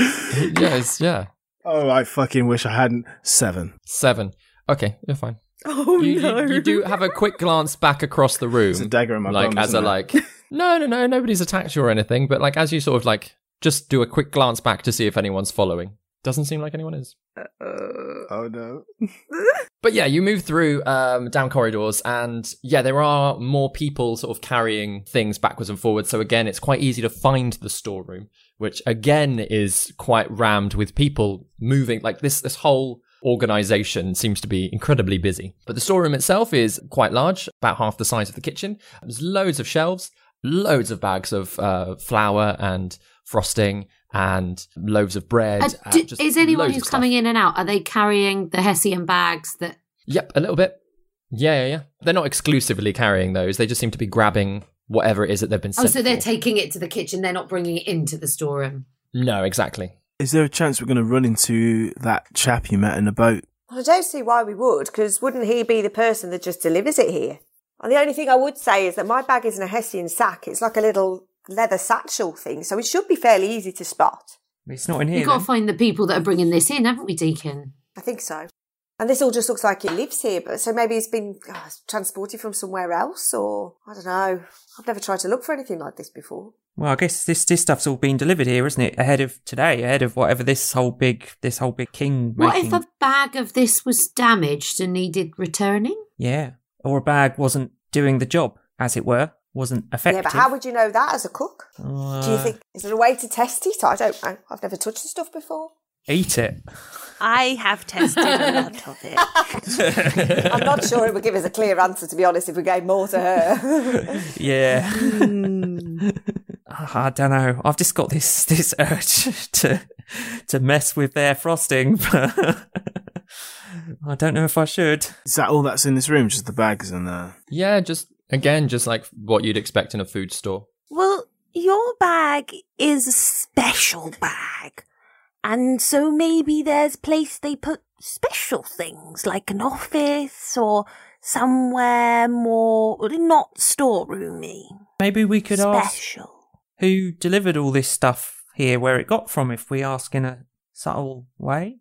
S6: [laughs]
S1: yes, yeah.
S7: Oh, I fucking wish I hadn't. Seven.
S1: Seven. Okay, you're fine.
S9: Oh
S1: you, no! You, you
S2: [laughs]
S1: do have a quick glance back across the room. It's a
S7: dagger in my
S1: like
S7: bum,
S1: as
S7: isn't
S1: a
S7: it?
S1: like. No, no, no. Nobody's attacked you or anything. But like as you sort of like just do a quick glance back to see if anyone's following. Doesn't seem like anyone is.
S7: oh no.
S1: But yeah, you move through um, down corridors, and yeah, there are more people sort of carrying things backwards and forwards. So again, it's quite easy to find the storeroom, which again is quite rammed with people moving. Like this, this whole organization seems to be incredibly busy. But the storeroom itself is quite large, about half the size of the kitchen. There's loads of shelves, loads of bags of uh, flour and frosting, and loaves of bread.
S6: Uh,
S1: and
S6: do-
S1: just
S6: is anyone
S1: loads
S6: who's
S1: of stuff.
S6: coming in and out, are they carrying the Hessian bags that.
S1: Yep, a little bit. Yeah, yeah, yeah. They're not exclusively carrying those. They just seem to be grabbing whatever it is that they've been
S6: Oh,
S1: sent.
S6: so they're taking it to the kitchen, they're not bringing it into the storeroom.
S1: no, exactly.
S7: Is there a chance we're going to run into that chap you met in the boat?
S8: Well, I don't see why we would, because wouldn't he be the person that just delivers it here? And the only thing I would say is that my bag isn't a Hessian sack; it's like a little leather satchel thing, so it should be fairly easy to spot.
S3: It's not in
S6: We've
S3: here.
S6: got
S3: then.
S6: to find the people that are bringing this in, haven't we, Deacon?
S8: I think so. And this all just looks like he lives here, but so maybe he's been ah, transported from somewhere else, or I don't know. I've never tried to look for anything like this before.
S3: Well, I guess this this stuff's all been delivered here, isn't it? Ahead of today, ahead of whatever this whole big this whole big king
S6: What
S3: making.
S6: if a bag of this was damaged and needed returning?
S3: yeah, or a bag wasn't doing the job, as it were, wasn't effective.
S8: Yeah, but how would you know that as a cook? Do you
S3: Uh,
S8: think is there a way to test it? I don't know. I've never touched the
S3: [laughs]
S8: stuff before.
S3: eat it?
S9: I have tested a lot of it.
S8: I'm not sure it would give us a clear answer, to be honest, if we gave more to her.
S3: [laughs] Yeah. [laughs] I don't know. I've just got this [laughs] this urge to to mess with their frosting, [laughs] but I don't know if I should.
S7: Is that all that's in this room? Just the bags and uh, the.
S1: Yeah, just again, just like what you'd expect in a food store.
S9: [laughs] Well, your bag is a special bag. And so maybe there's place they put special things like an office or somewhere more not storeroomy.
S3: Maybe we could
S9: ask
S3: who delivered all this stuff here, where it got from, if we ask in a subtle way.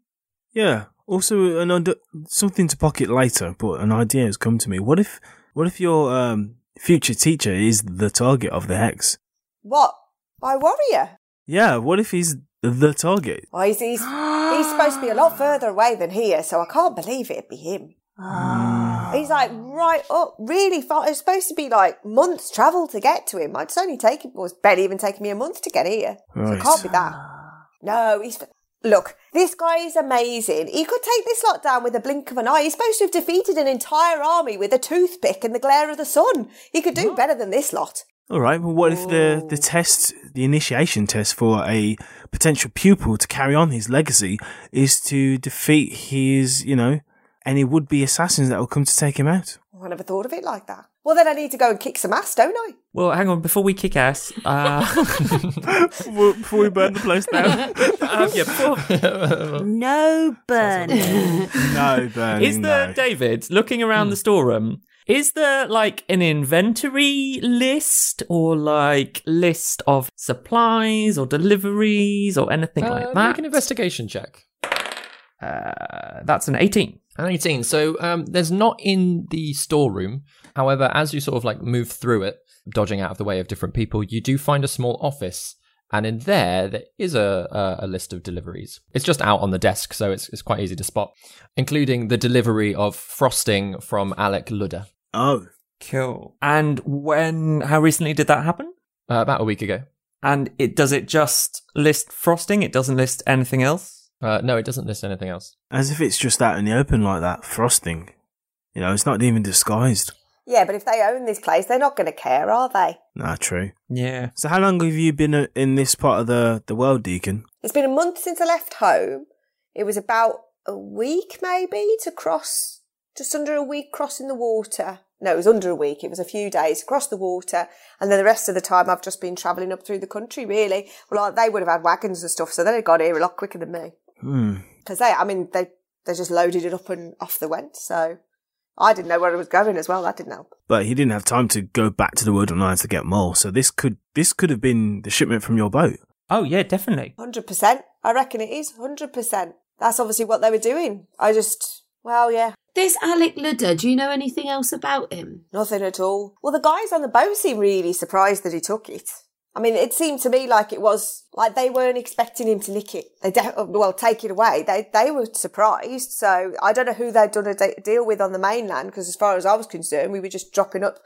S7: Yeah. Also, an under- something to pocket later, but an idea has come to me. What if, what if your um, future teacher is the target of the hex?
S8: what? My warrior?
S7: Yeah. What if he's the target?
S8: Oh, he's, he's, he's supposed to be a lot further away than here, so I can't believe it'd be him. He's like right up, really far. It's supposed to be like months travel to get to him. It's only taken, well, it's barely even taken me a month to get here. So it
S7: Right.
S8: can't be that. No, he's. Look, this guy is amazing. He could take this lot down with a blink of an eye. He's supposed to have defeated an entire army with a toothpick in the glare of the sun. He could do better than this lot.
S7: All right. Well, what if the
S3: Oh.
S7: the test, the initiation test for a potential pupil to carry on his legacy, is to defeat his, you know, any would be assassins that will come to take him out?
S8: I never thought of it like that. Well, then I need to go and kick some ass, don't I?
S3: Well, hang on. Before we kick ass, uh...
S7: before, [laughs] before we burn the place down,
S3: [laughs] um,
S7: [laughs]
S3: yeah, before-
S11: No
S2: [laughs]
S11: burning.
S7: no, burning.
S3: Is there, David, looking around the storeroom, is there like an inventory list or like list of supplies or deliveries or anything like that?
S1: Make an investigation check.
S3: Uh, that's an 18.
S1: An 18. So um, there's not in the storeroom. However, as you sort of like move through it, dodging out of the way of different people, you do find a small office. And in there, there is a, a, a list of deliveries. It's just out on the desk, so it's, it's quite easy to spot, including the delivery of frosting from Alec Ludder.
S7: Oh.
S3: Cool. And when, how recently did that happen?
S1: Uh, about a week ago.
S3: And it does it just list frosting? It doesn't list anything else?
S1: Uh, no, it doesn't list anything else.
S7: As if it's just out in the open like that, frosting. You know, it's not even disguised.
S8: Yeah, but if they own this place, they're not going to care, are they?
S7: Nah, true.
S3: Yeah.
S7: So, how long have you been uh, in this part of the the world, Deacon?
S8: It's been a month since I left home. It was about a week, maybe, to cross, just under a week crossing the water. No, it was under a week. It was a few days across the water. And then the rest of the time, I've just been travelling up through the country, really. Well, like, they would have had wagons and stuff, so they'd have got here a lot quicker than me.
S7: Hmm.
S8: Because they, I mean, they, they just loaded it up and off they went. So I didn't know where I was going as well. That didn't help.
S7: But he didn't have time to go back to the world online to get more. So this could this could have been the shipment from your boat.
S3: Oh, yeah, definitely.
S8: 100%. I reckon it is. 100%. That's obviously what they were doing. I just, well, yeah.
S6: This Alec Ludder, do you know anything else about him?
S8: Nothing at all. Well, the guys on the boat seemed really surprised that he took it. I mean, it seemed to me like it was like they weren't expecting him to nick it. They de- well, take it away. They they were surprised. So I don't know who they'd done a de- deal with on the mainland because, as far as I was concerned, we were just dropping up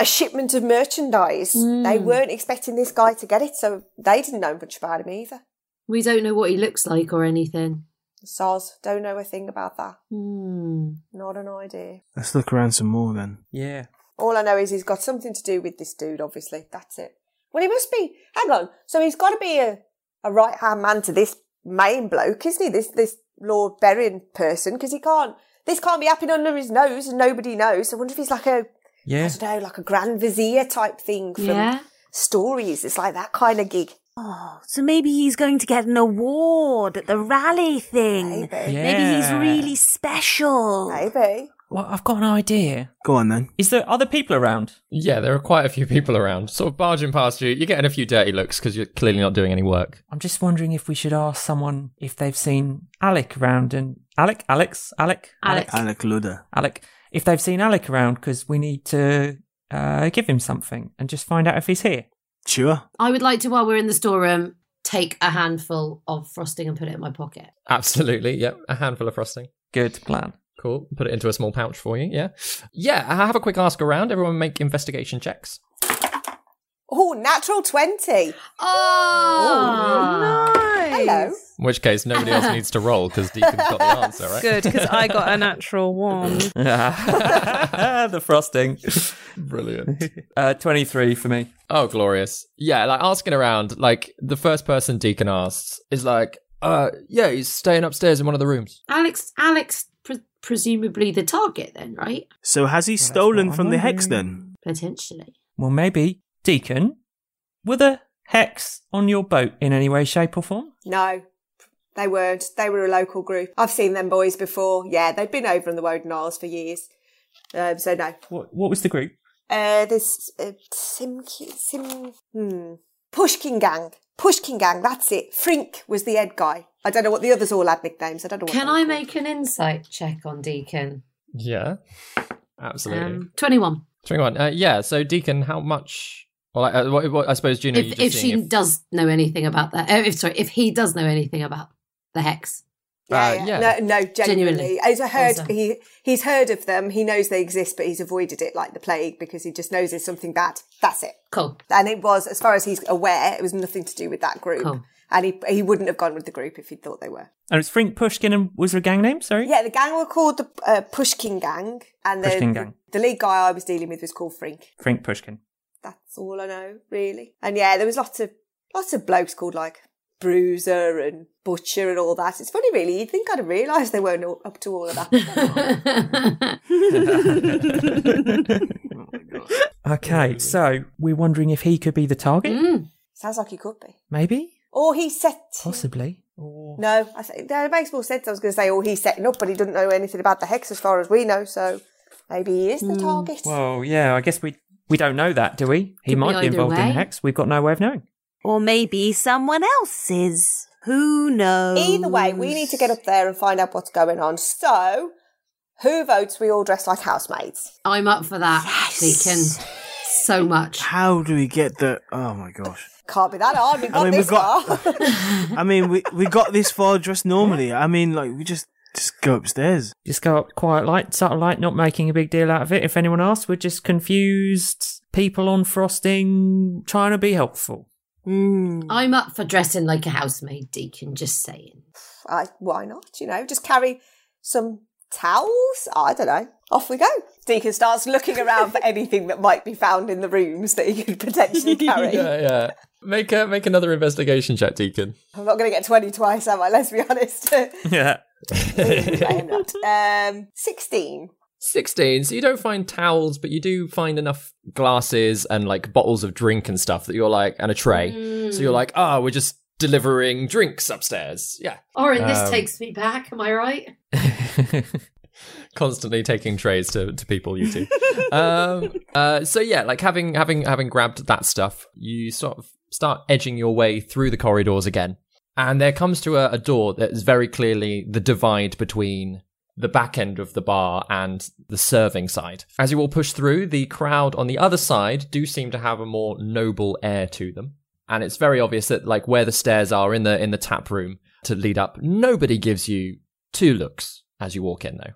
S8: a shipment of merchandise.
S6: Mm.
S8: They weren't expecting this guy to get it, so they didn't know much about him either.
S6: We don't know what he looks like or anything.
S8: Soz, don't know a thing about that.
S6: Hmm.
S8: Not an idea.
S7: Let's look around some more then.
S3: Yeah.
S8: All I know is he's got something to do with this dude, obviously. That's it. Well, he must be. Hang on. So he's got to be a, a right hand man to this main bloke, isn't he? This this Lord Berrin person, because he can't. This can't be happening under his nose, and nobody knows. I wonder if he's like a
S3: Yeah.
S8: I don't know, like a Grand Vizier type thing from
S11: Yeah.
S8: stories. It's like that kind of gig.
S11: Oh, so maybe he's going to get an award at the rally thing.
S8: Maybe,
S11: he's
S3: Yeah.
S11: really special.
S8: Maybe.
S3: Well, I've got an idea.
S7: Go on then.
S3: Is there other people around?
S1: Yeah, there are quite a few people around, sort of barging past you. You're getting a few dirty looks because you're clearly not doing any work.
S3: I'm just wondering if we should ask someone if they've seen Alec around and Alec, Alex, Alec,
S6: Alec.
S7: Alec Ludder.
S3: Alec, if they've seen Alec around because we need to uh, give him something and just find out if he's here.
S7: Sure.
S6: I would like to, while we're in the storeroom, take a handful of frosting and put it in my pocket.
S1: Absolutely. Yep. A handful of frosting.
S3: Good plan.
S1: Cool. Put it into a small pouch for you. Yeah. Yeah. I have a quick ask around. Everyone make investigation checks.
S8: Oh, natural twenty.
S6: Oh,
S8: Hello.
S1: In which case, nobody
S3: [laughs]
S1: else needs to roll because Deacon's
S2: [laughs]
S1: got the answer, right?
S2: Good,
S1: [laughs]
S2: because I got a natural one.
S5: [laughs]
S2: [laughs]
S3: the frosting.
S1: Brilliant.
S3: [laughs] Uh, 23 for me.
S1: Oh, glorious. Yeah, like asking around, like the first person Deacon asks is like, uh, yeah, he's staying upstairs in one of the rooms.
S6: Alex, Alex, pre- presumably the target then, right?
S7: So has he stolen
S3: I'm
S7: from the hex
S3: wondering.
S7: then?
S6: Potentially.
S3: Well, maybe. Deacon, were there hex on your boat in any way, shape, or form?
S8: No, they weren't. They were a local group. I've seen them boys before. Yeah, they'd been over on the Woden Isles for years. Um, so no,
S3: What, what was the group?
S8: Uh, this uh, Sim Sim hmm. Pushkin Gang. Pushkin Gang. That's it. Frink was the head guy. I don't know what the others all had nicknames. I don't know. What
S6: Can
S8: they-
S6: I make an insight check on Deacon?
S1: Yeah, absolutely.
S6: Um, 21.
S1: 21. Uh, yeah, so Deacon, how much? Well, I, uh, what, what, I suppose, Juno, you
S6: if
S1: just
S6: if she
S1: seeing
S6: does know anything about that, uh, if sorry, if he does know anything about the hex,
S1: uh,
S8: Yeah, yeah. No, no, genuinely.
S6: Genuinely.
S8: As I heard,
S6: Awesome.
S8: he he's heard of them. He knows they exist, but he's avoided it like the plague because he just knows it's something bad. That's it.
S6: cool.
S8: And it was, as far as he's aware, it was nothing to do with that group.
S6: Cool.
S8: And he he wouldn't have gone with the group if he thought they were.
S3: And Oh, it's Frink Pushkin and was there a gang name? Sorry?
S8: Yeah, the gang were called the uh, Pushkin Gang, and the,
S3: Pushkin Gang.
S8: the lead guy I was dealing with was called Frink.
S3: Frink Pushkin.
S8: That's all I know, really. And yeah, there was lots of lots of blokes called like Bruiser and Butcher and all that. It's funny, really. You'd think I'd have realised they weren't all- up to all of
S3: [laughs]
S8: that.
S3: Okay, so we're wondering if he could be the target?
S9: Mm.
S8: Sounds like he could be.
S3: Maybe?
S8: Or he's set.
S3: Possibly.
S8: No, I th- that makes more sense. I was going to say, or he's setting up, but he doesn't know anything about the hex as far as we know. So maybe he is
S7: Hmm,
S8: the target.
S3: Well, yeah, I guess we we don't know that, do we? He
S9: Could be
S3: might be
S9: either
S3: involved
S9: way.
S3: in Hex. We've got no way of knowing.
S9: Or maybe someone else's. Who knows?
S8: Either way, we need to get up there and find out what's going on. So, who votes we all dress like housemaids?
S6: I'm up for that, Deacon. So much.
S7: How do we get the? Oh my gosh!
S8: Can't be that hard. We've got
S7: I mean,
S8: this
S7: we've got-
S8: far. [laughs]
S7: [laughs] I mean, we we got this far dressed normally. I mean, like we just just go upstairs.
S3: Just go up quiet light, subtle light, not making a big deal out of it. If anyone asks, we're just confused people on frosting trying to be helpful.
S6: Mm. I'm up for dressing like a housemaid, Deacon, just saying.
S8: I, why not? You know, just carry some towels. I don't know. Off we go. Deacon starts looking around for anything that might be found in the rooms that he could
S7: [laughs]
S8: potentially carry.
S1: yeah, yeah. Make a, make another investigation check, Deacon.
S8: I'm not going to get 20 twice, am I? Let's be honest.
S1: Yeah. [laughs]
S8: I'm not. Um, 16.
S1: 16. So you don't find towels, but you do find enough glasses and like bottles of drink and stuff that you're like, and a tray.
S6: Mm.
S1: So you're like, ah, we're just delivering drinks upstairs. Yeah.
S6: Orin, this
S1: Um,
S6: takes me back. Am I right?
S1: Constantly taking trays to, to people, you two. um, uh, so yeah, like having having having grabbed that stuff, you sort of start edging your way through the corridors again, and there comes to a, a door that is very clearly the divide between the back end of the bar and the serving side. As you all push through, the crowd on the other side do seem to have a more noble air to them, and it's very obvious that like where the stairs are in the in the tap room to lead up, nobody gives you two looks as you walk in though.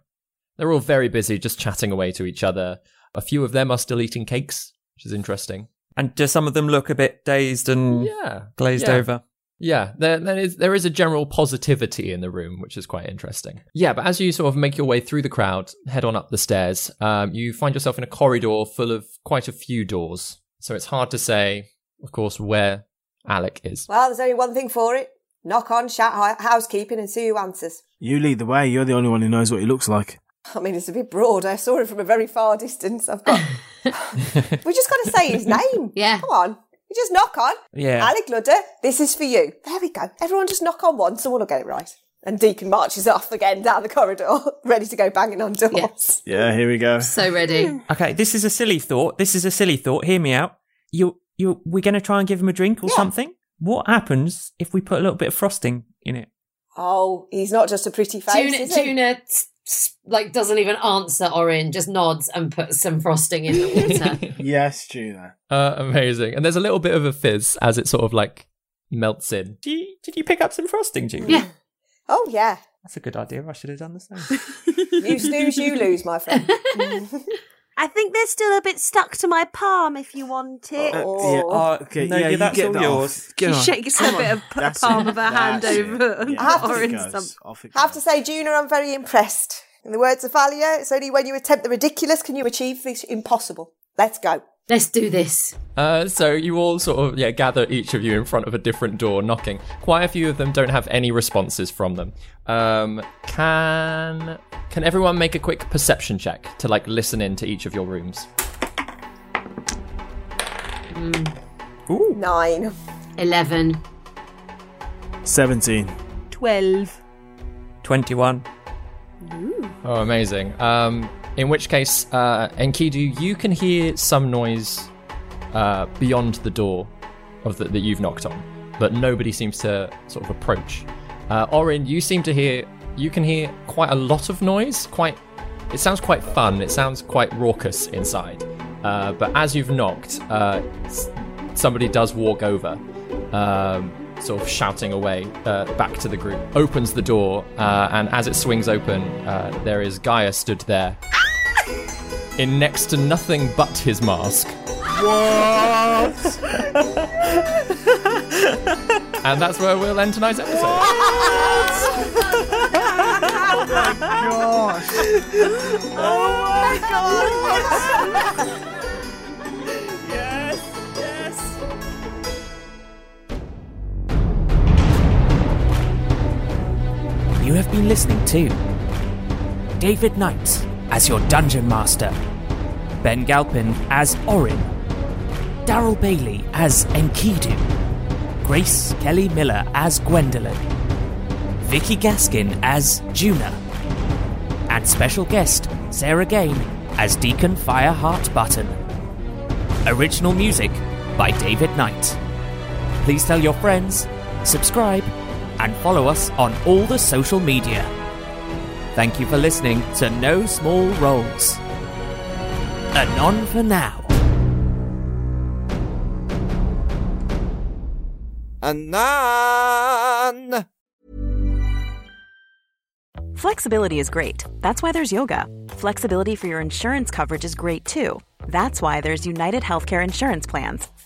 S1: They're all very busy, just chatting away to each other. A few of them are still eating cakes, which is interesting.
S3: And do some of them look a bit dazed and
S1: Yeah,
S3: glazed
S1: yeah.
S3: over?
S1: Yeah, there, there is there is a general positivity in the room, which is quite interesting. Yeah, but as you sort of make your way through the crowd, head on up the stairs, um, you find yourself in a corridor full of quite a few doors. So it's hard to say, of course, where Alec is.
S8: Well, there's only one thing for it. Knock on, shout hi- housekeeping and see who answers.
S7: You lead the way. You're the only one who knows what he looks like.
S8: I mean, it's a bit broad. I saw him from a very far distance. I've got. we just got to say his name. Yeah. Come on. You just knock on.
S3: Yeah.
S8: Alec Ludder, this is for you. There we go. Everyone just knock on one. Someone will get it right. And Deacon marches off again down the corridor, [laughs] ready to go banging on doors.
S7: Yeah, here we go.
S6: So ready.
S3: Okay, this is a silly thought. This is a silly thought. Hear me out. You you we're going to try and give him a drink or something. What happens if we put a little bit of frosting in it?
S8: Oh, he's not just a pretty face.
S6: Tuna,
S8: is he?
S6: tuna s- s- like doesn't even answer Orin, just nods and puts some frosting in the
S1: [laughs]
S6: water.
S7: Yes, Juna.
S1: Uh, amazing. And there's a little bit of a fizz as it sort of like melts in.
S3: Did you, did you pick up some frosting, June?
S8: Yeah. Oh, yeah.
S3: That's a good idea. I should have done the same.
S8: You snooze, you lose, my friend.
S9: [laughs] I think they're still a bit stuck to my palm if you want it.
S7: Yeah, oh, okay,
S3: no,
S7: yeah,
S3: yeah,
S7: you
S3: that's
S7: get
S3: all
S7: that
S3: yours.
S7: Off.
S9: She
S7: Get on.
S9: Uh,
S7: [laughs]
S9: shakes
S7: Oh. Come
S9: a bit
S7: on.
S9: of p-
S7: That's
S9: palm
S7: it.
S9: of her hand
S7: That's it.
S9: over
S8: I
S9: yeah.
S8: have to-
S9: orange
S8: Goes.
S9: something.
S8: I have to say, Juna, I'm very impressed. In the words of Thalia, it's only when you attempt the ridiculous can you achieve the impossible. Let's go.
S6: Let's do this.
S1: Uh, so you all sort of yeah gather each of you in front of a different door, knocking. Quite a few of them don't have any responses from them. Um, can can everyone make a quick perception check to like listen in to each of your rooms?
S8: Nine.
S6: Eleven.
S7: Seventeen.
S9: Twelve.
S3: Twenty-one.
S1: Oh, amazing. Um, in which case, uh, Enkidu, you can hear some noise uh, beyond the door of the, that you've knocked on, but nobody seems to sort of approach. Uh, Orin, you seem to hear, you can hear quite a lot of noise. Quite, it sounds quite fun. It sounds quite raucous inside. Uh, but as you've knocked, uh, s- somebody does walk over, um, sort of shouting away uh, back to the group. Opens the door, uh, and as it swings open, uh, there is Gaia stood there in next to nothing but his mask. And that's where we'll end tonight's episode.
S5: gosh.
S7: [laughs]
S5: Oh my god. yes.
S3: have been listening to David Knight as your Dungeon Master, Ben Galpin as Orin, Daryl Bailey as Enkidu, Grace Kelly Miller as Gwendolyn, Vicky Gaskin as Juna, and special guest Sarah Gain as Deacon Fireheart Button. Original music by David Knight. Please tell your friends, subscribe, and follow us on all the social media. Thank you for listening to No Small Roles. Anon for now.
S14: Anon!
S15: Flexibility is great. That's why there's yoga. Flexibility for your insurance coverage is great too. That's why there's United Healthcare Insurance Plans.